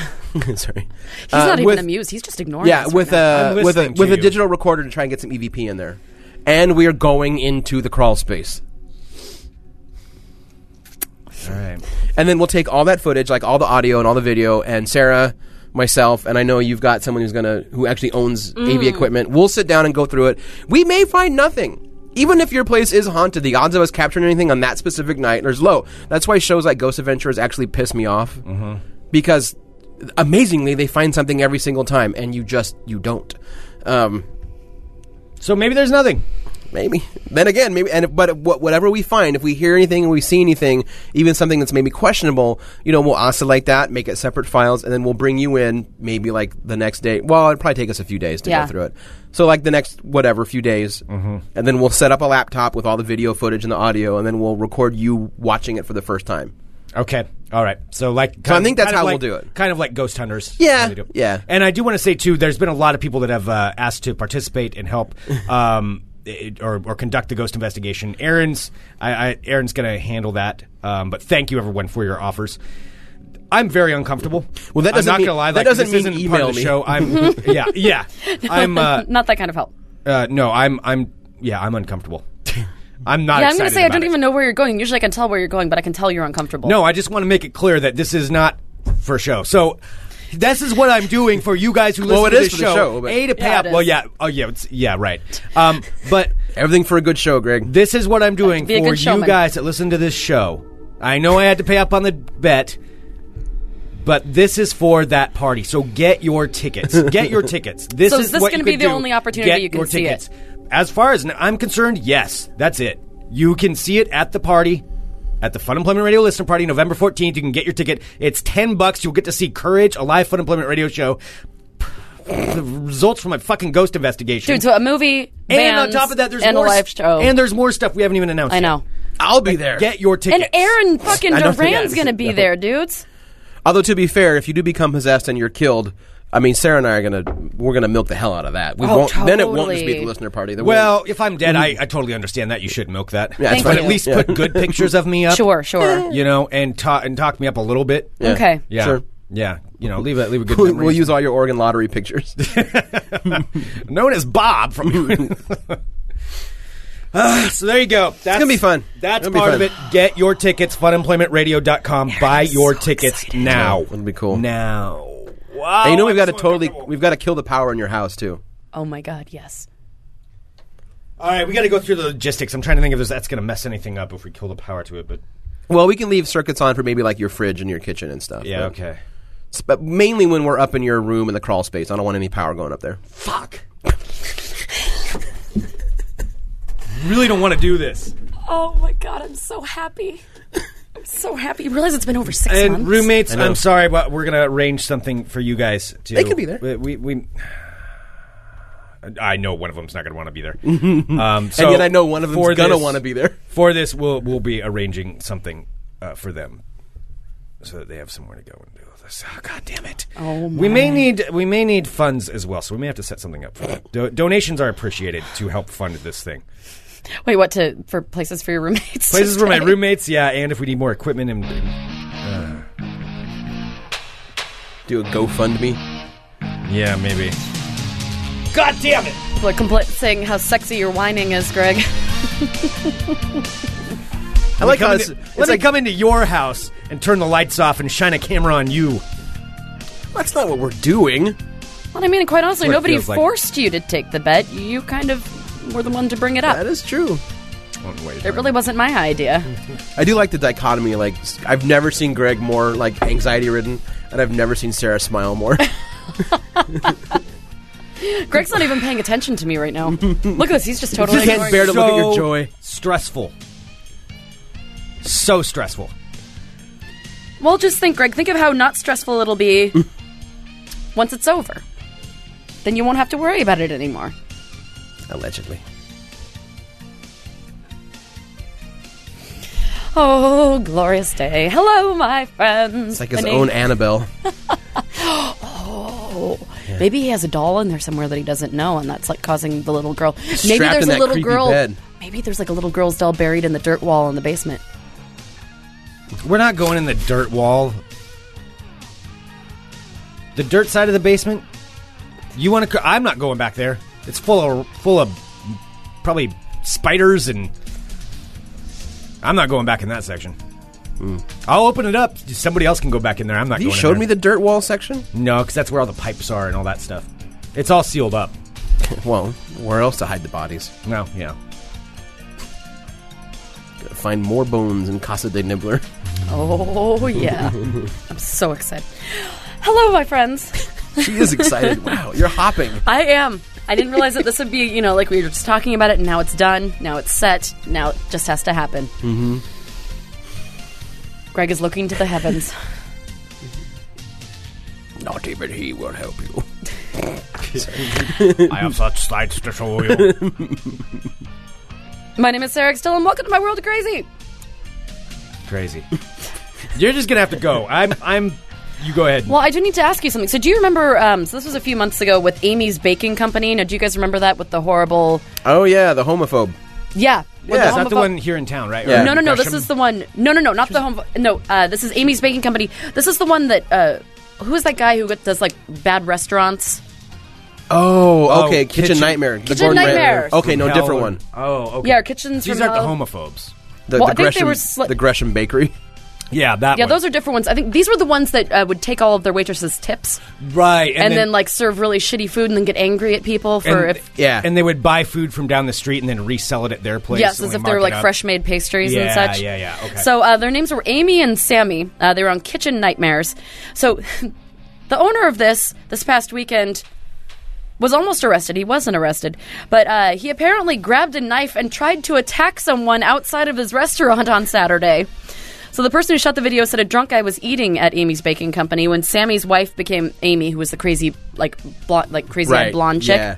sorry, Ah. Uh, He's Uh, not even amused. He's just ignoring. Yeah, us with right now. a I'm with a listening to with a you. digital recorder to try and get some EVP in there, and we are going into the crawl space. All right. And then we'll take all that footage, like all the audio and all the video, and Sarah, myself, and I know you've got someone who's gonna who actually owns AV equipment. We'll sit down and go through it. We may find nothing. Even if your place is haunted, the odds of us capturing anything on that specific night is low. That's why shows like Ghost Adventures actually piss me off mm-hmm. because amazingly they find something every single time, and you just you don't. Um, So maybe there's nothing. Maybe. Then again, maybe. And if- but wh- whatever we find, if we hear anything and we see anything, even something that's maybe questionable, you know, we'll oscillate that, make it separate files, and then we'll bring you in maybe like the next day. Well, it'd probably take us a few days to Yeah. go through it. So like the next whatever few days, and then we'll set up a laptop with all the video footage and the audio, and then we'll record you watching it for the first time. Okay. All right. So like, So I think that's kind of how we'll like- do it. Kind of like ghost hunters. Yeah, They do. yeah. And I do want to say too, there's been a lot of people that have uh, asked to participate and help. Um, it- or, or conduct the ghost investigation. Aaron's I, I, Aaron's going to handle that. Um, but thank you everyone for your offers. I'm very uncomfortable. Well, that I'm doesn't not mean- gonna lie. that like, doesn't this mean isn't part email of the me. show. I'm yeah yeah. I'm uh, not that kind of help. uh, no. I'm I'm yeah. I'm uncomfortable. I'm not. Yeah, I'm gonna excited say I about don't it. even know where you're going. Usually, I can tell where you're going, but I can tell you're uncomfortable. No, I just want to make it clear that this is not for show. So this is what I'm doing for you guys who listen Well, it to is this for the show. show, but- a to pay Yeah, up. it Well, is. yeah. Oh, yeah. It's, yeah, right. Um, but Everything for a good show, Greg. this is what I'm doing be a for good showman. you guys that listen to this show. I know I had to pay up on the bet. But this is for that party, so get your tickets. Get your tickets. This So is, is this what gonna you be could the do. only opportunity Get you can your see it? tickets. As far as n- I'm concerned, yes, that's it. You can see it at the party, at the Fun Employment Radio Listener Party, November 14th. You can get your ticket. It's 10 bucks. You'll get to see Courage, a live Fun Employment Radio show. The results from my fucking ghost investigation. dude. So a movie, and on bands, top of that, there's and more a live s- show. and there's more stuff we haven't even announced. I yet. know. I'll be there. Get your tickets. And Aaron fucking I don't think Duran's I- gonna be no. there, dudes. Although to be fair, if you do become possessed and you're killed, I mean, Sarah and I are gonna we're gonna milk the hell out of that. We Oh, won't. Then it won't just be totally. the listener party. There Well, won't- if I'm dead, I, I totally understand that. You should milk that. Mm-hmm. Yeah, Thank but you. at least put good pictures of me up. Sure, sure. You know, and talk and talk me up a little bit. Yeah. Okay. Yeah. Sure. You know, leave a leave a good. we'll, memory. we'll use all your Oregon lottery pictures. known as Bob from. Ah, so there you go. That's gonna be fun. That's It'll be part fun. of it. Get your tickets. Funemploymentradio.com. Buy your tickets now. It'll be cool. Now. Wow. and you know we've got I'm to so totally uncomfortable. we've got to kill the power in your house too. Oh my god, yes. All right, we got to go through the logistics. I'm trying to think if there's, that's going to mess anything up if we kill the power to it, but Well, we can leave circuits on for maybe like your fridge and your kitchen and stuff. yeah, but- okay. s- But mainly when we're up in your room in the crawl space, I don't want any power going up there. Fuck. really don't want to do this. Oh my god, I'm so happy. I'm so happy. You realize it's been over six And months. roommates, I'm sorry, but we're gonna arrange something for you guys. To, They could be there. We, we, we- I know one of them's not gonna want to be there. um, so and yet I know one of for them's gonna this- want to be there. For this, we'll we'll be arranging something uh, for them, so that they have somewhere to go and do this. Oh, God damn it! Oh We may my. need we may need funds as well, so we may have to set something up for that. Do- donations are appreciated to help fund this thing. Wait, what to for places for your roommates? to Places for my stay? roommates, yeah, and if we need more equipment and. Do a GoFundMe. Yeah, maybe. God damn it! Like compl- saying how sexy your whining is, Greg. I like how Come it's, into- it's let me like come into your house and turn the lights off and shine a camera on you. that's not what we're doing. Well, I mean, quite honestly, What it nobody feels like. forced you to take the bet. You kind of were the one to bring it That up. is true. Oh, wait. It really wasn't my idea. I do like the dichotomy. Like s- I've never seen Greg more like anxiety ridden, and I've never seen Sarah smile more. Greg's not even paying attention to me right now. Look at this; he's just totally. You can't ignoring bear to me. look at your joy. Stressful. So stressful. Well, just think, Greg. Think of how not stressful it'll be once it's over. Then you won't have to worry about it anymore. Allegedly. Oh, glorious day. Hello, my friends. It's like his own Annabelle. Oh, Maybe he has a doll in there somewhere that he doesn't know, and that's like causing the little girl. maybe Strapped there's in a that little creepy girl. bed. Maybe there's like a little girl's doll buried in the dirt wall in the basement. We're not going in the dirt wall. The dirt side of the basement. You want to? I'm not going back there. It's full of full of probably spiders and. I'm not going back in that section. I'll open it up. Somebody else can go back in there. I'm not. Hmm. You going in showed there. me the dirt wall section? no, because that's where all the pipes are and all that stuff. It's all sealed up. Well, where else to hide the bodies? No, yeah. Gotta find more bones in Casa de Nibbler. Oh yeah, I'm so excited. Hello, my friends. She is excited. wow, you're hopping. I am. I didn't realize that this would be, you know, like we were just talking about it, and now it's done. Now it's set. Now it just has to happen. Mm-hmm. Greg is looking to the heavens. Not even he will help you. I have such sights to show you. my name is Sarah Still, and welcome to my world of crazy. Crazy. You're just gonna have to go. I'm. I'm. You go ahead. Well, I do need to ask you something. So, do you remember? Um, so, this was a few months ago with Amy's Baking Company. Now, do you guys remember that with the horrible? Oh yeah, the homophobe. Yeah, with Yeah. It's not the homophobe- one here in town, right? Yeah. No, no, no. This Gresham? is the one. No, no, no. Not the home. No, uh, this is Amy's Baking Company. This is the one that. Uh, who is that guy who does like bad restaurants? Oh, okay. Oh, kitchen, Kitchen- Nightmare. The Kitchen Gordon Nightmare. Ramsay. Okay, no, Hell different and- one. Oh, okay. Yeah, our kitchens These from aren't hell. the homophobes. The, Well, the I think they Gresham, were sli- the Gresham Bakery. Yeah, that. Yeah, one. those are different ones. I think these were the ones that uh, would take all of their waitresses' tips right. and, then, like serve really shitty food and then get angry at people for and, if Yeah. and they would buy food from down the street and then resell it at their place. Yes, and as we if they were mark it like up. fresh made pastries and Yeah, such. yeah, yeah, okay. So uh, their names were Amy and Sammy. Uh, they were on Kitchen Nightmares. So the owner of this this past weekend was almost arrested. He wasn't arrested, but uh, he apparently grabbed a knife and tried to attack someone outside of his restaurant on Saturday. So the person who shot the video said a drunk guy was eating at Amy's baking company when Sammy's wife became Amy, who was the crazy like blonde, like crazy eyed Right, blonde chick. yeah.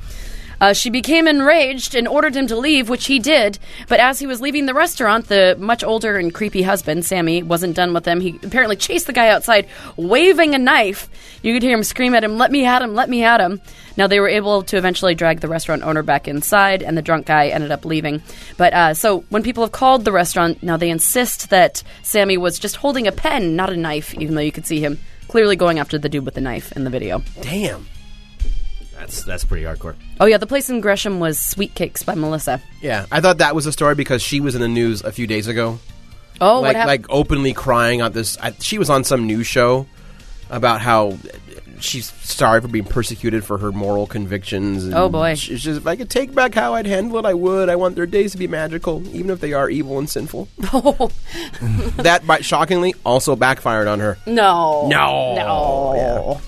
Uh, she became enraged and ordered him to leave, which he did. But as he was leaving the restaurant, the much older and creepy husband, Sammy, wasn't done with him. He apparently chased the guy outside, waving a knife. You could hear him scream at him, Let me at him, let me at him. Now, they were able to eventually drag the restaurant owner back inside, and the drunk guy ended up leaving. But uh, so when people have called the restaurant, now they insist that Sammy was just holding a pen, not a knife, even though you could see him clearly going after the dude with the knife in the video. Damn. That's that's pretty hardcore. Oh, yeah, the place in Gresham was Sweet Cakes by Melissa. Yeah, I thought that was a story because she was in the news a few days ago, Oh, what like happened? like openly crying out this. I, she was on some news show about how she's sorry for being persecuted for her moral convictions. And Oh, boy. she's just if I could take back how I'd handle it, I would. I want their days to be magical, even if they are evil and sinful. Oh that, by, shockingly, also backfired on her. no, No. no.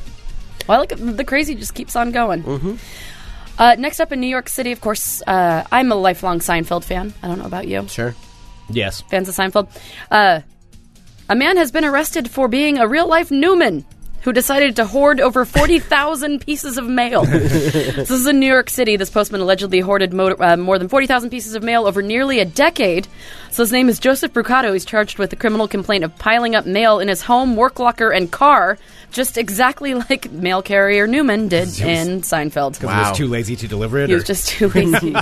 Well, look, the crazy just keeps on going. Uh, next up in New York City, of course, uh, I'm a lifelong Seinfeld fan. I don't know about you, Sure. Yes. fans of Seinfeld. Uh, a man has been arrested for being a real life Newman. Who decided to hoard over 40,000 pieces of mail? this is in New York City. This postman allegedly hoarded mo- uh, more than 40,000 pieces of mail over nearly a decade. So his name is Joseph Brucato. He's charged with a criminal complaint of piling up mail in his home, work locker, and car, just exactly like mail carrier Newman did in Seinfeld. Because I Wow. was too lazy to deliver it. He was or- just too lazy.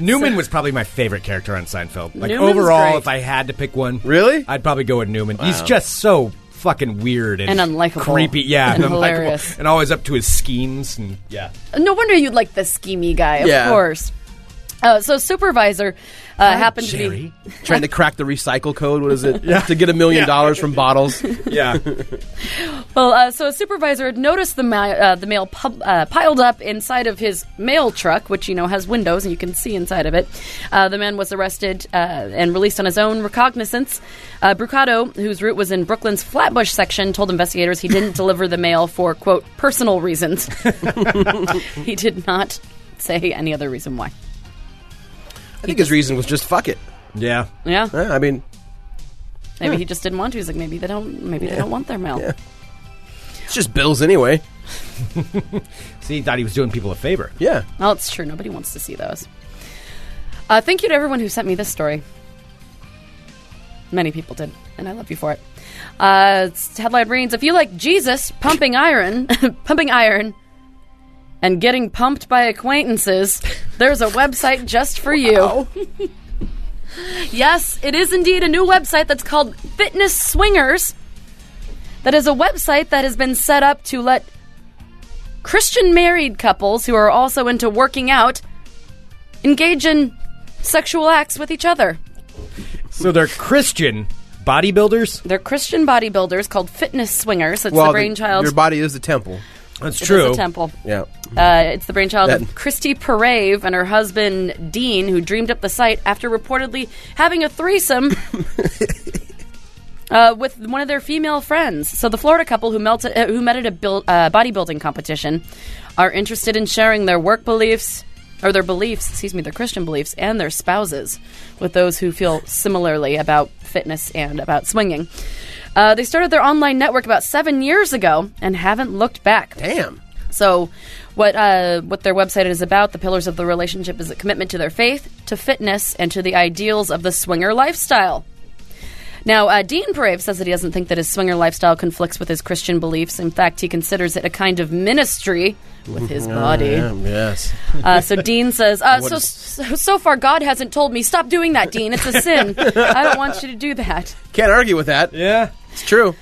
Newman was probably my favorite character on Seinfeld. Like Newman's overall, great. if I had to pick one, Really? I'd probably go with Newman. He's just so fucking weird and, And unlikable. creepy. Yeah, And unlikable. hilarious. and always up to his schemes. And yeah, No wonder you'd like the schemy guy, of Yeah. course. Uh, so supervisor uh, happened to be Jerry. Trying to crack the recycle code. What is it? To get a million Yeah. dollars from bottles. Yeah, well. Uh, so a supervisor had noticed the ma- uh, the mail pub- uh, piled up inside of his mail truck, which you know has windows and you can see inside of it. Uh, the man was arrested uh, and released on his own recognizance. Uh, Brucato, whose route was in Brooklyn's Flatbush section, told investigators he didn't deliver the mail for quote personal reasons. he did not say any other reason why. I think his reason was just fuck it. yeah. Yeah. Eh, I mean, Maybe he just didn't want to. He's like, maybe they don't. Maybe they don't want their mail. Yeah. it's just bills anyway. See, he thought he was doing people a favor. Yeah. Well, it's true. Nobody wants to see those. Uh, thank you to everyone who sent me this story. Many people did, and I love you for it. Uh, its headline reads: If you like Jesus pumping iron, pumping iron, and getting pumped by acquaintances, there's a website just for you. yes, it is indeed a new website that's called Fitness Swingers. That is a website that has been set up to let Christian married couples who are also into working out engage in sexual acts with each other. So they're Christian bodybuilders. They're Christian bodybuilders called fitness swingers. It's the Well, brainchild. your body is the temple. That's it is true. a temple. Yeah. Uh, it's the brainchild of That- Christy Parave and her husband Dean, who dreamed up the site after reportedly having a threesome. Uh, with one of their female friends. So the Florida couple who, melted, uh, who met at a build, uh, bodybuilding competition are interested in sharing their work beliefs, or their beliefs, excuse me, their Christian beliefs, and their spouses with those who feel similarly about fitness and about swinging. Uh, they started their online network about seven years ago and haven't looked back. Damn. So, what uh, what their website is about, the pillars of the relationship is a commitment to their faith, to fitness, and to the ideals of the swinger lifestyle. Now, uh, Dean Parave says that he doesn't think that his swinger lifestyle conflicts with his Christian beliefs. In fact, he considers it a kind of ministry with his body. yes. Uh, so Dean says, uh, so, so so far God hasn't told me stop doing that, Dean. It's a sin. I don't want you to do that. Can't argue with that. Yeah. It's true.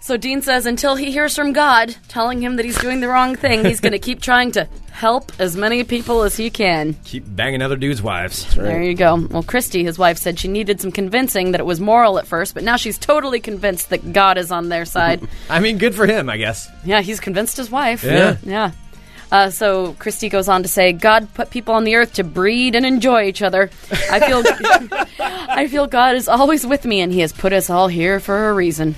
So Dean says until he hears from God telling him that he's doing the wrong thing, he's going to keep trying to help as many people as he can. Keep banging other dudes' wives. There you go. Well, Christy, his wife, said she needed some convincing that it was moral at first, but now she's totally convinced that God is on their side. I mean, good for him, I guess. yeah, he's convinced his wife. Yeah. Yeah. Uh, so Christy goes on to say, God put people on the earth to breed and enjoy each other. I feel, I feel God is always with me, and He has put us all here for a reason.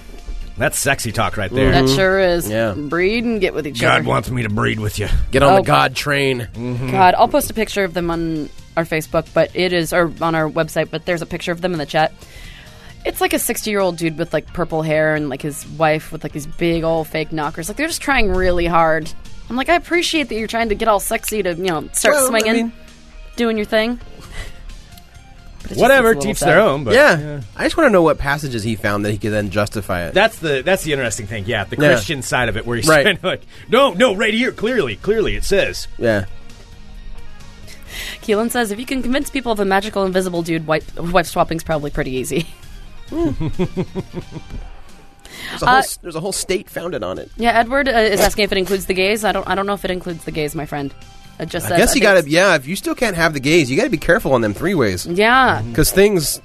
That's sexy talk right there. That sure is. Yeah. Breed and get with each God other. wants me to breed with you. Get on Oh, the God train. God, I'll post a picture of them on our Facebook, but it is or on our website. But there's a picture of them in the chat. It's like a 60 year old dude with like purple hair and like his wife with like these big old fake knockers. Like they're just trying really hard. I'm like, I appreciate that you're trying to get all sexy to you know start Well, I swinging, mean- doing your thing. But it just Whatever, looks a little teach sad. their own. But yeah. I just want to know what passages he found that he could then justify it. That's the that's the interesting thing. Yeah, the Yeah. Christian side of it, where he's Right. trying to like, no, no, right here, clearly, clearly, it says. yeah. Keelan says, if you can convince people of a magical invisible dude, wife, wife swapping's probably pretty easy. There's a, Uh, whole, s- there's a whole state founded on it. Yeah, Edward uh, is asking if it includes the gays. I don't. I don't know if it includes the gays, my friend. It just I says, guess you think got it's- to, yeah, if you still can't have the gays, you got to be careful on them three ways. Yeah, Because things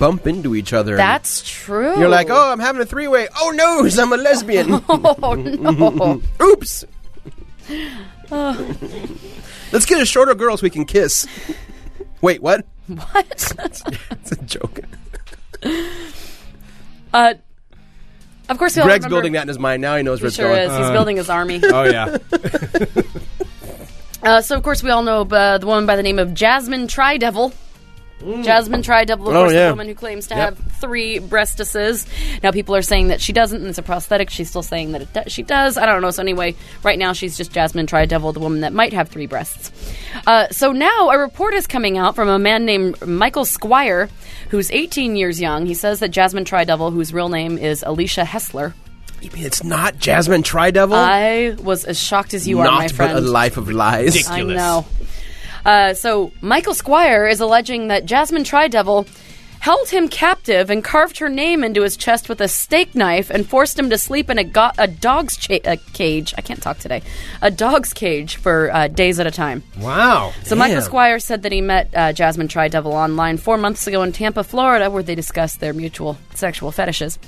bump into each other. and that's true. You're like, oh, I'm having a three way. Oh, no, I'm a lesbian. oh no. Oops. Let's get a shorter girl so we can kiss. Wait, what? what? It's a joke. uh, of course, we all Greg's remember- building that in his mind. Now he knows where He it's sure going. is. He's building his army. Oh yeah, Uh, so, of course, we all know uh, the woman by the name of Jasmine Tridevil. Jasmine Tridevil, of Oh, course, yeah. the woman who claims to Yep. have three breastises. Now, people are saying that she doesn't, and it's a prosthetic. She's still saying that it do- she does. I don't know. So, anyway, right now she's just Jasmine Tridevil, the woman that might have three breasts. Uh, so, now a report is coming out from a man named Michael Squire, who's 18 years young. He says that Jasmine Tridevil, whose real name is Alicia Hessler, You mean it's not Jasmine Tridevil? I was as shocked as you Oh. Not are, my friend. but a life of lies. I know. Uh, so Michael Squire is alleging that Jasmine Tridevil held him captive and carved her name into his chest with a steak knife and forced him to sleep in a, go- a dog's cha- a cage. I can't talk today. A dog's cage for uh, days at a time. wow. So Michael Damn. Squire said that he met uh, Jasmine Tridevil online four months ago in Tampa, Florida, where they discussed their mutual sexual fetishes.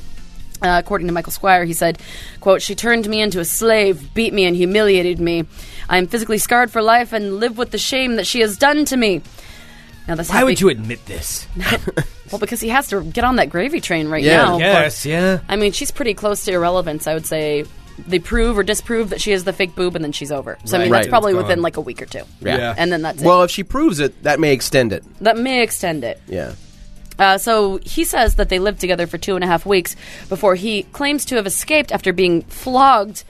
Uh, according to Michael Squire, he said, "quote She turned me into a slave, beat me, and humiliated me. I am physically scarred for life and live with the shame that she has done to me." Now this Why would you admit this? Well, because he has to get on that gravy train right Yeah, now. yes, yeah. I mean, she's pretty close to irrelevance. I would say they prove or disprove that she is the fake boob, and then she's over. So I mean, Right. that's Right. probably It's within gone. like a week or two, Yeah. and then that's it. Well, if she proves it, that may extend it. that may extend it. Yeah. Uh, so he says that they lived together for two and a half weeks before he claims to have escaped after being flogged,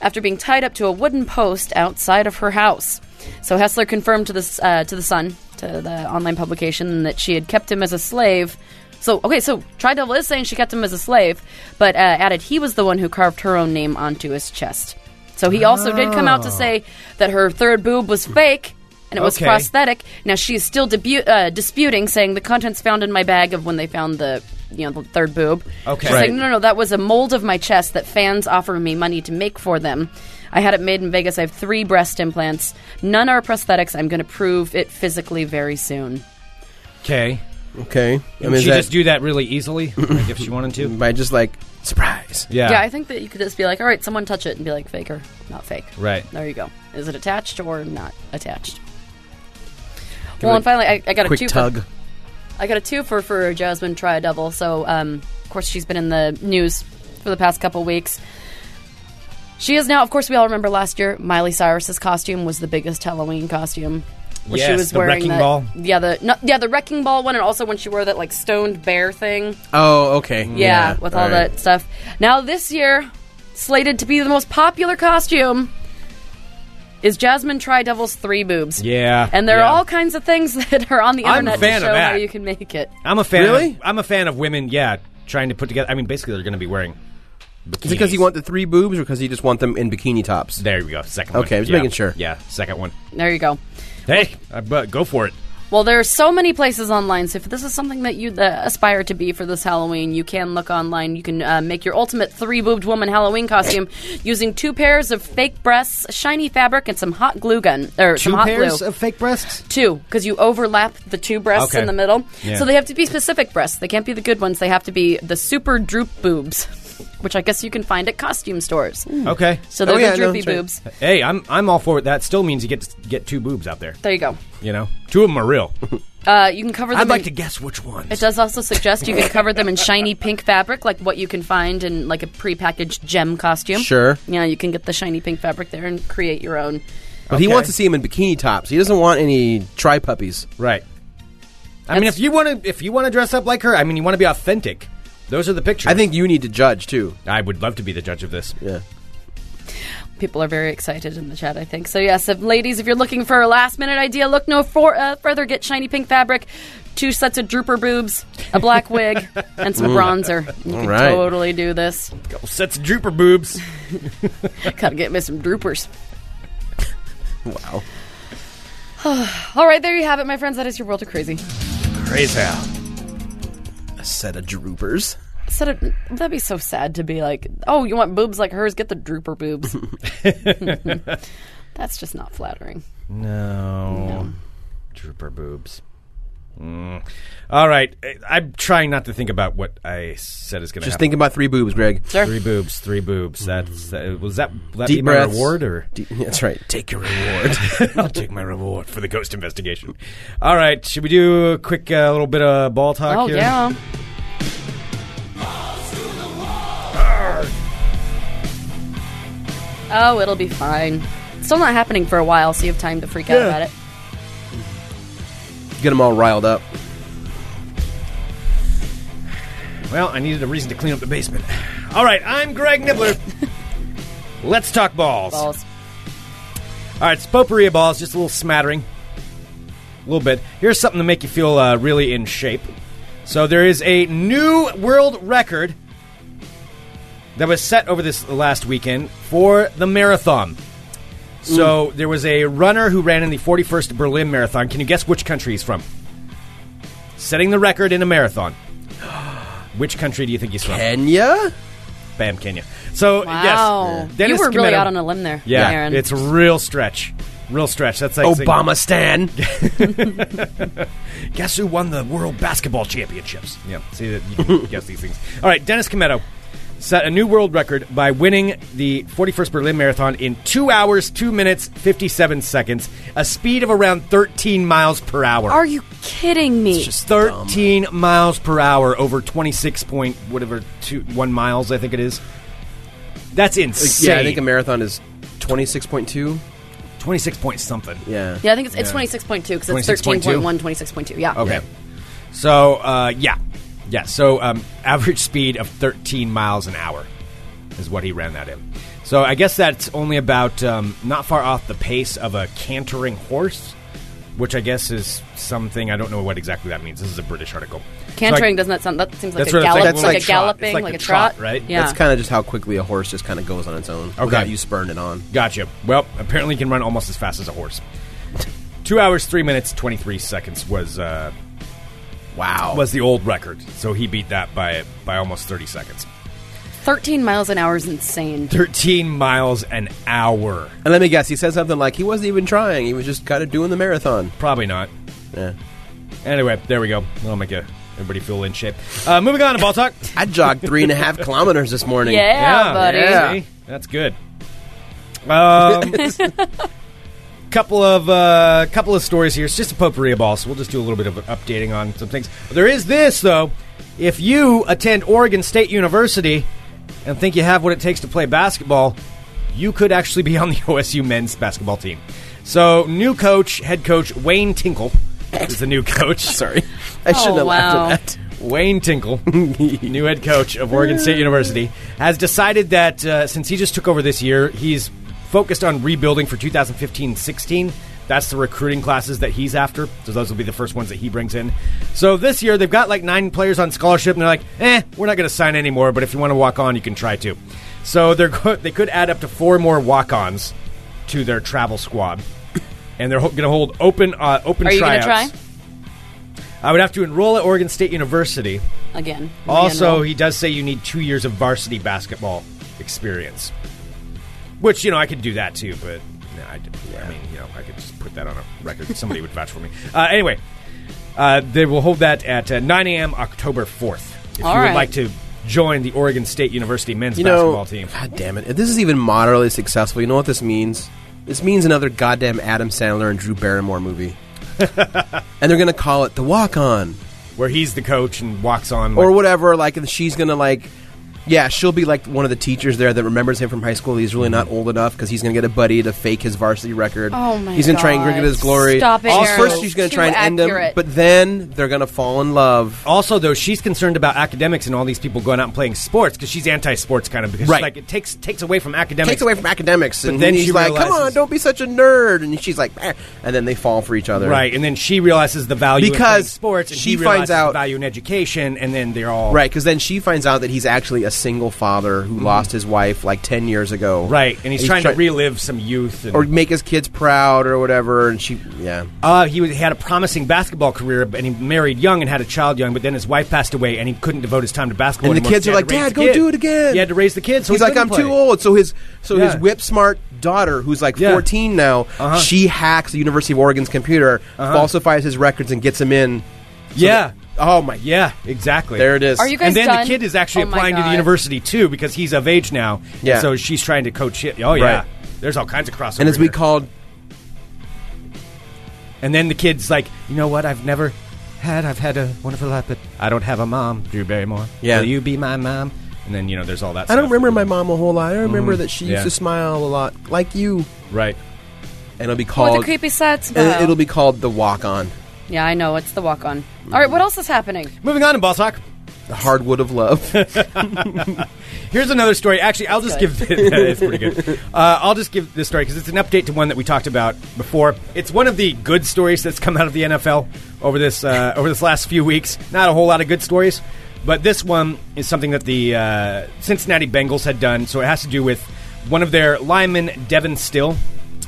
after being tied up to a wooden post outside of her house. So Hessler confirmed to the uh, to the Sun, to the online publication, that she had kept him as a slave So okay, so Tri Devil is saying she kept him as a slave, but uh, added he was the one who carved her own name onto his chest. So he also did come out to say that her third boob was fake and it was Okay. prosthetic. Now she is still debu- uh, disputing, saying the contents found in my bag of when they found the you know the third boob. Okay. She's Right. like, no, no, no, that was a mold of my chest that fans offer me money to make for them. I had it made in Vegas. I have three breast implants. None are prosthetics. I'm going to prove it physically very soon. Okay. Okay. I Can mean, she that, just do that really easily like if she wanted to? by just like surprise. Yeah. Yeah, I think that you could just be like, all right, someone touch it and be like, fake or not fake. Right. There you go. Is it attached or not attached? it well, a and finally, I, I got a Quick two. tug. I got a two for for Jasmine Try Double. So, um, of course, she's been in the news for the past couple weeks. She is now, of course, we all remember last year. Miley Cyrus's costume was the biggest Halloween costume. where she Yes, was the wearing wrecking that- ball. Yeah, the no, yeah the wrecking ball one, and also when she wore that like stoned bear thing. Oh, okay. Yeah, with all, right. that stuff. Now this year, slated to be the most popular costume is Jasmine Try Devil's Three Boobs. Yeah, And there yeah. are all kinds of things that are on the I'm a internet fan to of show how that. you can make it. I'm a fan. Really? Of, I'm a fan of women. Yeah, trying to put together. I mean, basically, they're going to be wearing. Is it because you want the three boobs or because you just want them in bikini tops? There we go. Second. Okay, one. I was Yeah. making sure. Yeah, second one. There you go. Hey, uh, but go for it. Well, there are so many places online. So if this is something that you uh, aspire to be for this Halloween, you can look online. You can uh, make your ultimate three-boobed woman Halloween costume using two pairs of fake breasts, shiny fabric, and some hot glue gun or some hot glue. fake breasts. two because you overlap the two breasts Okay. in the middle. Yeah. So they have to be specific breasts. They can't be the good ones. They have to be the super droop boobs, which I guess you can find at costume stores. Okay. So they're Oh, yeah, the no, droopy that's right. boobs. Hey, I'm I'm all for it. That still means you get to get two boobs out there. There you go. You know, two of them are real. Uh, you can cover them. I'd like in- to guess which ones. It does also suggest you can cover them in shiny pink fabric, like what you can find in like a prepackaged gem costume. Sure. Yeah, you can get the shiny pink fabric there and create your own. But he Okay. wants to see him in bikini tops. He doesn't want any tri puppies. Right. I mean, if you want to, if you want to dress up like her, I mean, you want to be authentic. Those are the pictures. I think you need to judge too. I would love to be the judge of this. Yeah. People are very excited in the chat, I think. So yes, if ladies, if you're looking for a last minute idea, look no for, uh, further. Get shiny pink fabric, two sets of drooper boobs, a black wig, and some bronzer. You can right. totally do this. Couple sets of drooper boobs. Gotta get me some droopers. Wow. All right, there you have it, my friends. That is your world of crazy. Crazy. how. A set of droopers. Instead of, that'd be so sad to be like, oh, you want boobs like hers? Get the drooper boobs. That's just not flattering. No. Drooper boobs. Mm. All right. I- I'm trying not to think about what I said is going to Just happen. think about three boobs, Greg. Three boobs, three boobs. That's that, was that will that Deep be my breaths. reward or D- That's right. Take your reward. I'll take my reward for the ghost investigation. All right, should we do a quick uh, little bit of ball talk Oh here? yeah. Oh, it'll be fine. It's still not happening for a while, so you have time to freak out about it. Get them all riled up. Well, I needed a reason to clean up the basement. All right, I'm Greg Nibbler. Let's talk balls. Balls. All right, it's potpourri of balls, just a little smattering, a little bit. Here's something to make you feel uh, really in shape. So there is a new world record that was set over this last weekend for the marathon. So there was a runner who ran in the 41st Berlin Marathon. Can you guess which country he's from? Setting the record in a marathon. Which country do you think he's from? Enya? Bam, Kenya. So Wow. yes, you Dennis were really Kimetto- out on a limb there, Yeah, Aaron. it's a real stretch, real stretch. That's like saying- Obama Stan. Guess who won the World Basketball Championships? Yeah, see that you can guess these things. All right, Dennis Cometto set a new world record by winning the 41st Berlin Marathon in 2 hours 2 minutes 57 seconds, a speed of around 13 miles per hour. Are you kidding me? It's 13 miles per hour over 26 point whatever two, 1 miles I think it is. That's insane. Yeah, I think a marathon is 26.2. 26 point something. Yeah. yeah, I think it's, it's 26.2 because it's 26.2? 13.1, 26.2. Yeah. Okay. So uh, yeah, yeah. So um, average speed of 13 miles an hour is what he ran that in. So I guess that's only about um, not far off the pace of a cantering horse, which I guess is something I don't know what exactly that means. This is a British article. Cantering So I- doesn't that sound? That seems like That's a what it's like- gallop, like, that's a like trot. galloping, It's like like, the a trot, trot, right? Yeah. That's kind of just how quickly a horse just kind of goes on its own without you spurring it on. Gotcha. Well, apparently you can run almost as fast as a horse. Two hours, three minutes, twenty-three seconds was uh, Wow. was the old record. So he beat that by by almost thirty seconds. Thirteen miles an hour is insane. Thirteen miles an hour. and let me guess, he said something like he wasn't even trying; he was just kind of doing the marathon. Probably not. Yeah. Anyway, there we go. I'll make a, everybody feel in shape. Uh, moving on to ball talk. I jogged three and a half kilometers this morning. Yeah, buddy. yeah. See? That's good. Um, couple of uh, couple of stories here. It's just a potpourri of balls. So we'll just do a little bit of updating on some things. There is this though. If you attend Oregon State University and think you have what it takes to play basketball, you could actually be on the OSU men's basketball team. So, new coach, head coach Wayne Tinkle is the new coach. Sorry, I shouldn't have Oh, wow. laughed at that. Wayne Tinkle, new head coach of Oregon State University, has decided that uh, since he just took over this year, he's focused on rebuilding for 2015 16. That's the recruiting classes that he's after. So those will be the first ones that he brings in. So this year, they've got like nine players on scholarship, and they're like, eh, we're not going to sign anymore, but if you want to walk on, you can try to. So they're go- they could add up to four more walk ons to their travel squad. And they're ho- going to hold open uh, open Are you gonna tryouts. try I would have to enroll at Oregon State University. again? Also, Again, he does say you need two years of varsity basketball experience, which you know I could do that too. But nah, I, did- I mean, you know, I could just put that on a record. Somebody would vouch for me. Uh, anyway, uh, they will hold that at uh, 9 a.m. October 4th. If All you would right. like to join the Oregon State University men's You basketball know, team, God damn it! If this is even moderately successful, you know what this means? This means another goddamn Adam Sandler and Drew Barrymore movie, and they're gonna call it The Walk On. where he's the coach and walks on, or like, whatever. Like, and she's gonna like, yeah, she'll be like one of the teachers there that remembers him from high school. He's really not old enough because he's gonna get a buddy to fake his varsity record. Oh, my He's gonna try and God. get his glory. Stop it, Also, Aaron. first, she's gonna Too try and end him, accurate. but then they're gonna fall in love. Also, though, she's concerned about academics and all these people going out and playing sports because she's anti-sports kind of because she's Right. like it takes takes away from academics. Takes away from academics, But and then then he's she like, "Come realizes- on, don't be such a nerd." And she's like, "Eh," and then they fall for each other. Right, and then she realizes the value in playing Because sports, and she he finds realizes the out- value in education, and then they're all Right, because then she finds out that he's actually a single father who lost his wife like ten years ago. Mm-hmm. right, and he's, trying try- to relive some youth. And, or make his kids proud or whatever. And she, yeah, uh, he was- he had a promising basketball career, and he married young and had a child young, but then his wife passed away, and he couldn't devote his time to basketball. And the anymore, kids so he are had to like, "Dad, raise go the kid." do it again." He had to raise the kids. So he's he like, I'm couldn't too play. old. So his so his Yeah. whip smart daughter, who's like Yeah. 14 now, Uh-huh. she hacks the University of Oregon's computer, falsifies his records, and gets him in. Yeah, Oh my! Uh-huh. Yeah. yeah, exactly. There it is. Are you guys and then done? the kid is actually Oh my applying to the God. university too because he's of age now. Yeah. and so she's trying to coach him. Oh yeah, Right. there's all kinds of crossover. and as we here. called, And then the kid's like, you know what? I've never had. I've had a wonderful life, but I don't have a mom. Drew Barrymore. Yeah. Will you be my mom? And then you know, there's all that. I don't stuff. remember my mom a whole lot. I remember that she Yeah. used to smile a lot, like you. Right. And it'll be With called. the creepy sad and smile. it'll be called the walk on, yeah, I know. It's the walk on. All right, what else is happening? Moving on to ball talk. the hardwood of love. Here's another story. Actually, I'll just give that is pretty good. Uh, I'll just give this story because it's an update to one that we talked about before. It's one of the good stories that's come out of the NFL over this uh, over this last few weeks. Not a whole lot of good stories, but this one is something that the uh, Cincinnati Bengals had done. So it has to do with one of their linemen, Devin Still.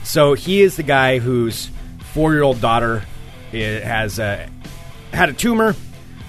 So he is the guy whose four year old daughter i- has uh, had a tumor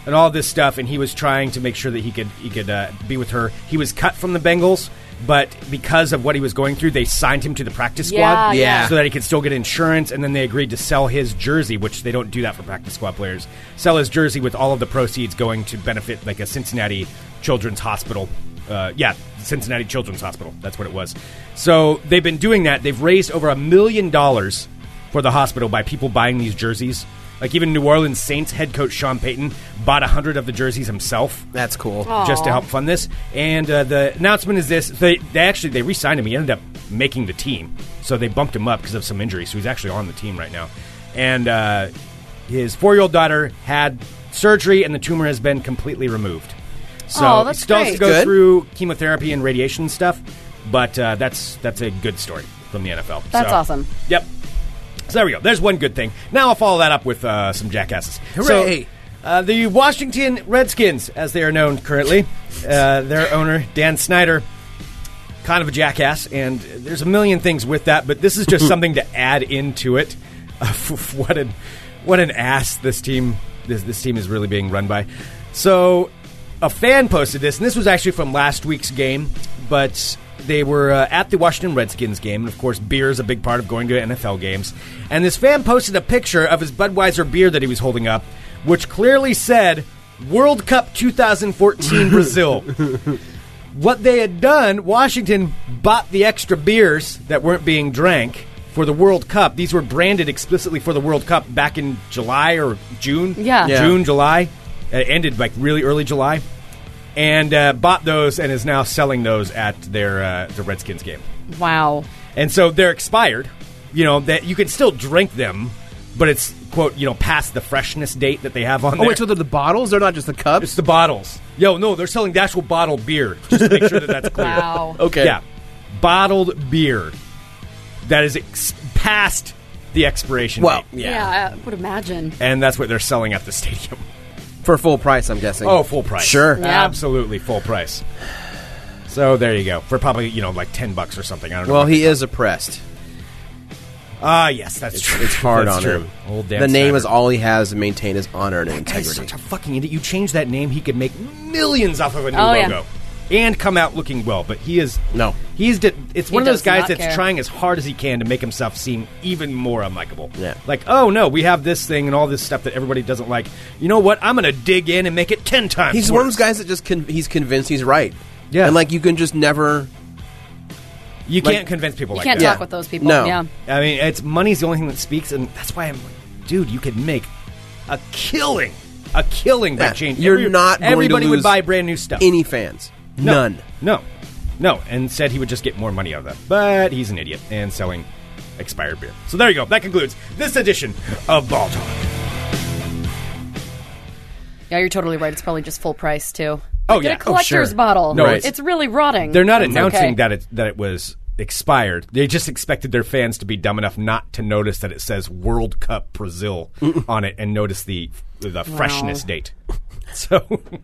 and all this stuff, and he was trying to make sure that he could he could uh, be with her. He was cut from the Bengals, but because of what he was going through, they signed him to the practice Yeah, squad, yeah. so that he could still get insurance. And then they agreed to sell his jersey, which they don't do that for practice squad players. Sell his jersey with all of the proceeds going to benefit like a Cincinnati Children's Hospital. Uh, yeah, Cincinnati Children's Hospital. That's what it was. So they've been doing that. They've raised over a million dollars for the hospital by people buying these jerseys. Like even New Orleans Saints head coach Sean Payton bought a hundred of the jerseys himself That's cool. Oh, just to help fund this. And uh, the announcement is this: they, they actually they re-signed him. He ended up making the team, so they bumped him up because of some injuries. So he's actually on the team right now. And uh, his four-year-old daughter had surgery, and the tumor has been completely removed. So Oh, that's he still has great. to go Good. through chemotherapy and radiation stuff, but uh, that's that's a good story from the NFL. That's So- awesome. Yep. So there we go. There's one good thing. Now I'll follow that up with uh, some jackasses. Hooray. So, uh, the Washington Redskins, as they are known currently, uh, their owner Dan Snyder, kind of a jackass, and there's a million things with that. But this is just something to add into it. Of what an what an ass this team this this team is really being run by. So a fan posted this, and this was actually from last week's game, but they were uh, at the Washington Redskins game, and of course, beer is a big part of going to NFL games. And this fan posted a picture of his Budweiser beer that he was holding up, which clearly said World Cup 2014 Brazil. What they had done, Washington bought the extra beers that weren't being drank for the World Cup. These were branded explicitly for the World Cup back in July or June. Yeah. Yeah. June, July. It ended like really early July and uh, bought those and is now selling those at their uh, the Redskins game. Wow. And so they're expired. You know that you can still drink them, but it's quote you know past the freshness date that they have on. Oh there. wait, so they're the bottles? They're not just the cups. it's the bottles. Yo, no, they're selling the actual bottled beer. Just to make sure that that's clear. Wow. okay. Yeah, bottled beer that is ex- past the expiration Well, date, yeah. Yeah, I would imagine. and that's what they're selling at the stadium. For full price, I'm guessing. Oh, full price. Sure. Yeah. Absolutely full price. So there you go. For probably, you know, like 10 bucks or something. I don't Well, know. he is oppressed. Ah, yes, that's true. It's hard That's on true. him. Old Dan the name Snyder. is all he has to maintain his honor and That is integrity. such a fucking idiot. You change that name, he could make millions off of a new Oh, yeah. logo. And come out looking well, but he is No. He's di- it's one of those does guys not that's care. trying as hard as he can to make himself seem even more unlikable. Yeah. like oh no, we have this thing and all this stuff that everybody doesn't like. You know what? I'm gonna dig in and make it ten times. he's worse. one of those guys that just con- he's convinced he's right. Yeah. and like you can just never. You like- can't convince people. You like can't that. Yeah. talk with those people. No. Yeah. I mean, it's money's the only thing that speaks, and that's why I'm like, dude, you could make a killing, a killing by Yeah. change. You're not going to Everybody would lose buy brand new stuff. Any fans? No. None. No, no, and said he would just get more money out of them. But he's an idiot and selling expired beer. So there you go. That concludes this edition of Ball Talk. Yeah, you're totally right. It's probably just full price too. Oh, Like, yeah. Get Oh, a collector's sure. bottle. No, Right. it's really rotting. They're not It's announcing okay. that it that it was expired. They just expected their fans to be dumb enough not to notice that it says World Cup Brazil on it and notice the the freshness date. So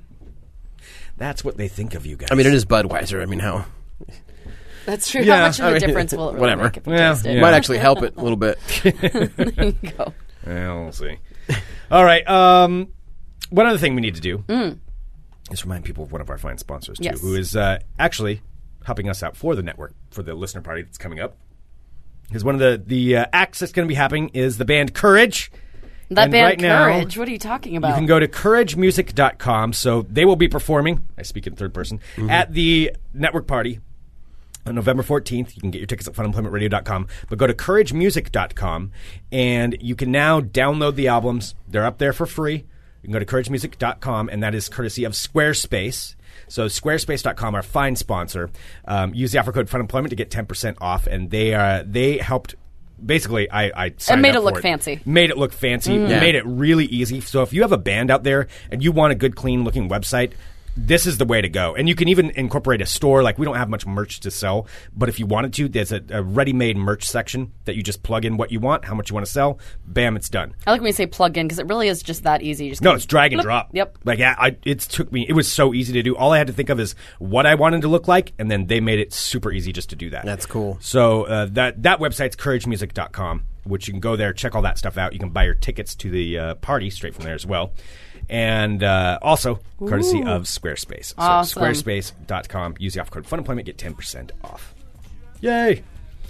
that's what they think of you guys. I mean, it is Budweiser. I mean, how That's true. Yeah, How much of I a mean, difference will it really whatever. make if you Yeah, taste it? yeah. might actually help it a little bit. Go. Yeah, we'll see. All right. Um, one other thing we need to do is remind people of one of our fine sponsors too, Mm. Yes. who is uh, actually helping us out for the network for the listener party that's coming up. Because one of the the uh, acts that's going to be happening is the band Courage. That And band right now, Courage. what are you talking about? You can go to couragemusic.com. So they will be performing, I speak in third person, Mm-hmm. at the network party on November 14th. You can get your tickets at funemploymentradio.com, but go to couragemusic.com and you can now download the albums. They're up there for free. You can go to couragemusic.com, and that is courtesy of Squarespace. So squarespace.com, our fine sponsor, um, use the offer code FUNEMPLOYMENT to get 10% off, and they uh, they helped. Basically, I, I signed made up it for look fancy. Made it look fancy. Yeah. Made it really easy. So if you have a band out there and you want a good, clean looking website, this is the way to go. And you can even incorporate a store. Like we don't have much merch to sell, but if you wanted to, there's a, a ready made merch section that you just plug in what you want, how much you want to sell. Bam, it's done. I like when you say plug in because it really is just that easy. You just No, kinda it's drag and flip. drop. Yep. Like I, I, it took me. It was so easy to do. All I had to think of is what I wanted to look like, and then they made it super easy just to do that. That's cool. So uh, that that website's couragemusic.com, which you can go there, check all that stuff out. You can buy your tickets to the uh, party straight from there as well. And uh, also courtesy of Squarespace. So Awesome. squarespace.com. Use the offer code FUNEMPLOYMENT, get 10% off. Yay!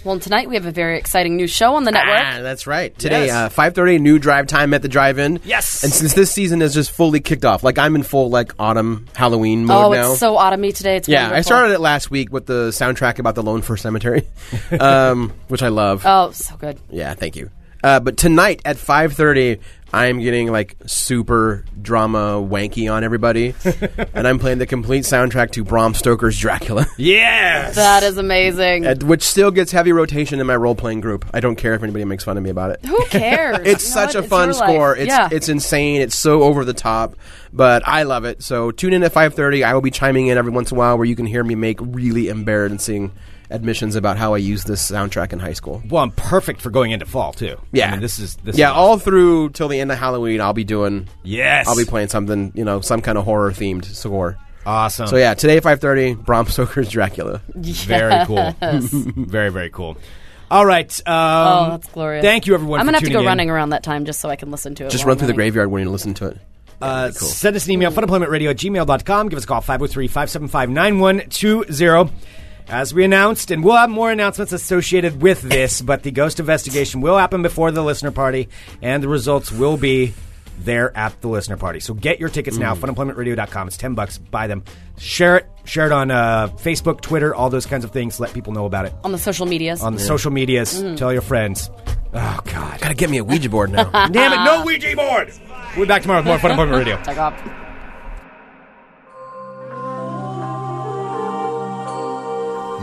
Well, tonight we have a very exciting new show on the network. Ah, that's right. Today, Yes. uh, five thirty, new drive time at the drive-in. Yes. And since this season is just fully kicked off, like I'm in full like autumn Halloween oh, mode now. it's so autumny today. It's yeah, I wonderful. started it last week with the soundtrack about the Lone Fir Cemetery, um, which I love. Oh, so good. Yeah, thank you. Uh, but tonight at five thirty, I'm getting like super drama wanky on everybody, and I'm playing the complete soundtrack to Bram Stoker's Dracula, Yes! That is amazing. at- which still gets heavy rotation in my role playing group. I don't care if anybody makes fun of me about it. Who cares? It's You know such what? a fun your life. score. It's yeah. it's insane. It's so over the top, but I love it. So tune in at 5:30. I will be chiming in every once in a while where you can hear me make really embarrassing admissions about how I used this soundtrack in high school. Well, I'm perfect for going into fall too. Yeah, I mean, this is this. yeah, is- all through till the end of Halloween, I'll be doing. Yes, I'll be playing something, you know, some kind of horror themed score. Awesome. So yeah, today at five thirty, Bram Stoker's Dracula. Very cool. very very cool. All right. Um, Oh, that's glorious. Thank you, everyone. I'm for gonna have to tuning go in. running around that time just so I can listen to it. Just while run I'm through the running. graveyard when you listen to it. Uh, Send us an email, funemploymentradio at gmail.com. Give us a call, 503 575 9120. As we announced, and we'll have more announcements associated with this, but the ghost investigation will happen before the listener party, and the results will be there at the listener party. So get your tickets now, funemploymentradio.com. It's 10 bucks. Buy them. Share it. Share it on uh, Facebook, Twitter, all those kinds of things. Let people know about it. on the social medias. On the social medias, tell your friends. Oh, God. Mm. Gotta get me a Ouija board now. Damn it, no Ouija board! We'll be back tomorrow with more Fun Employment Radio. Take off.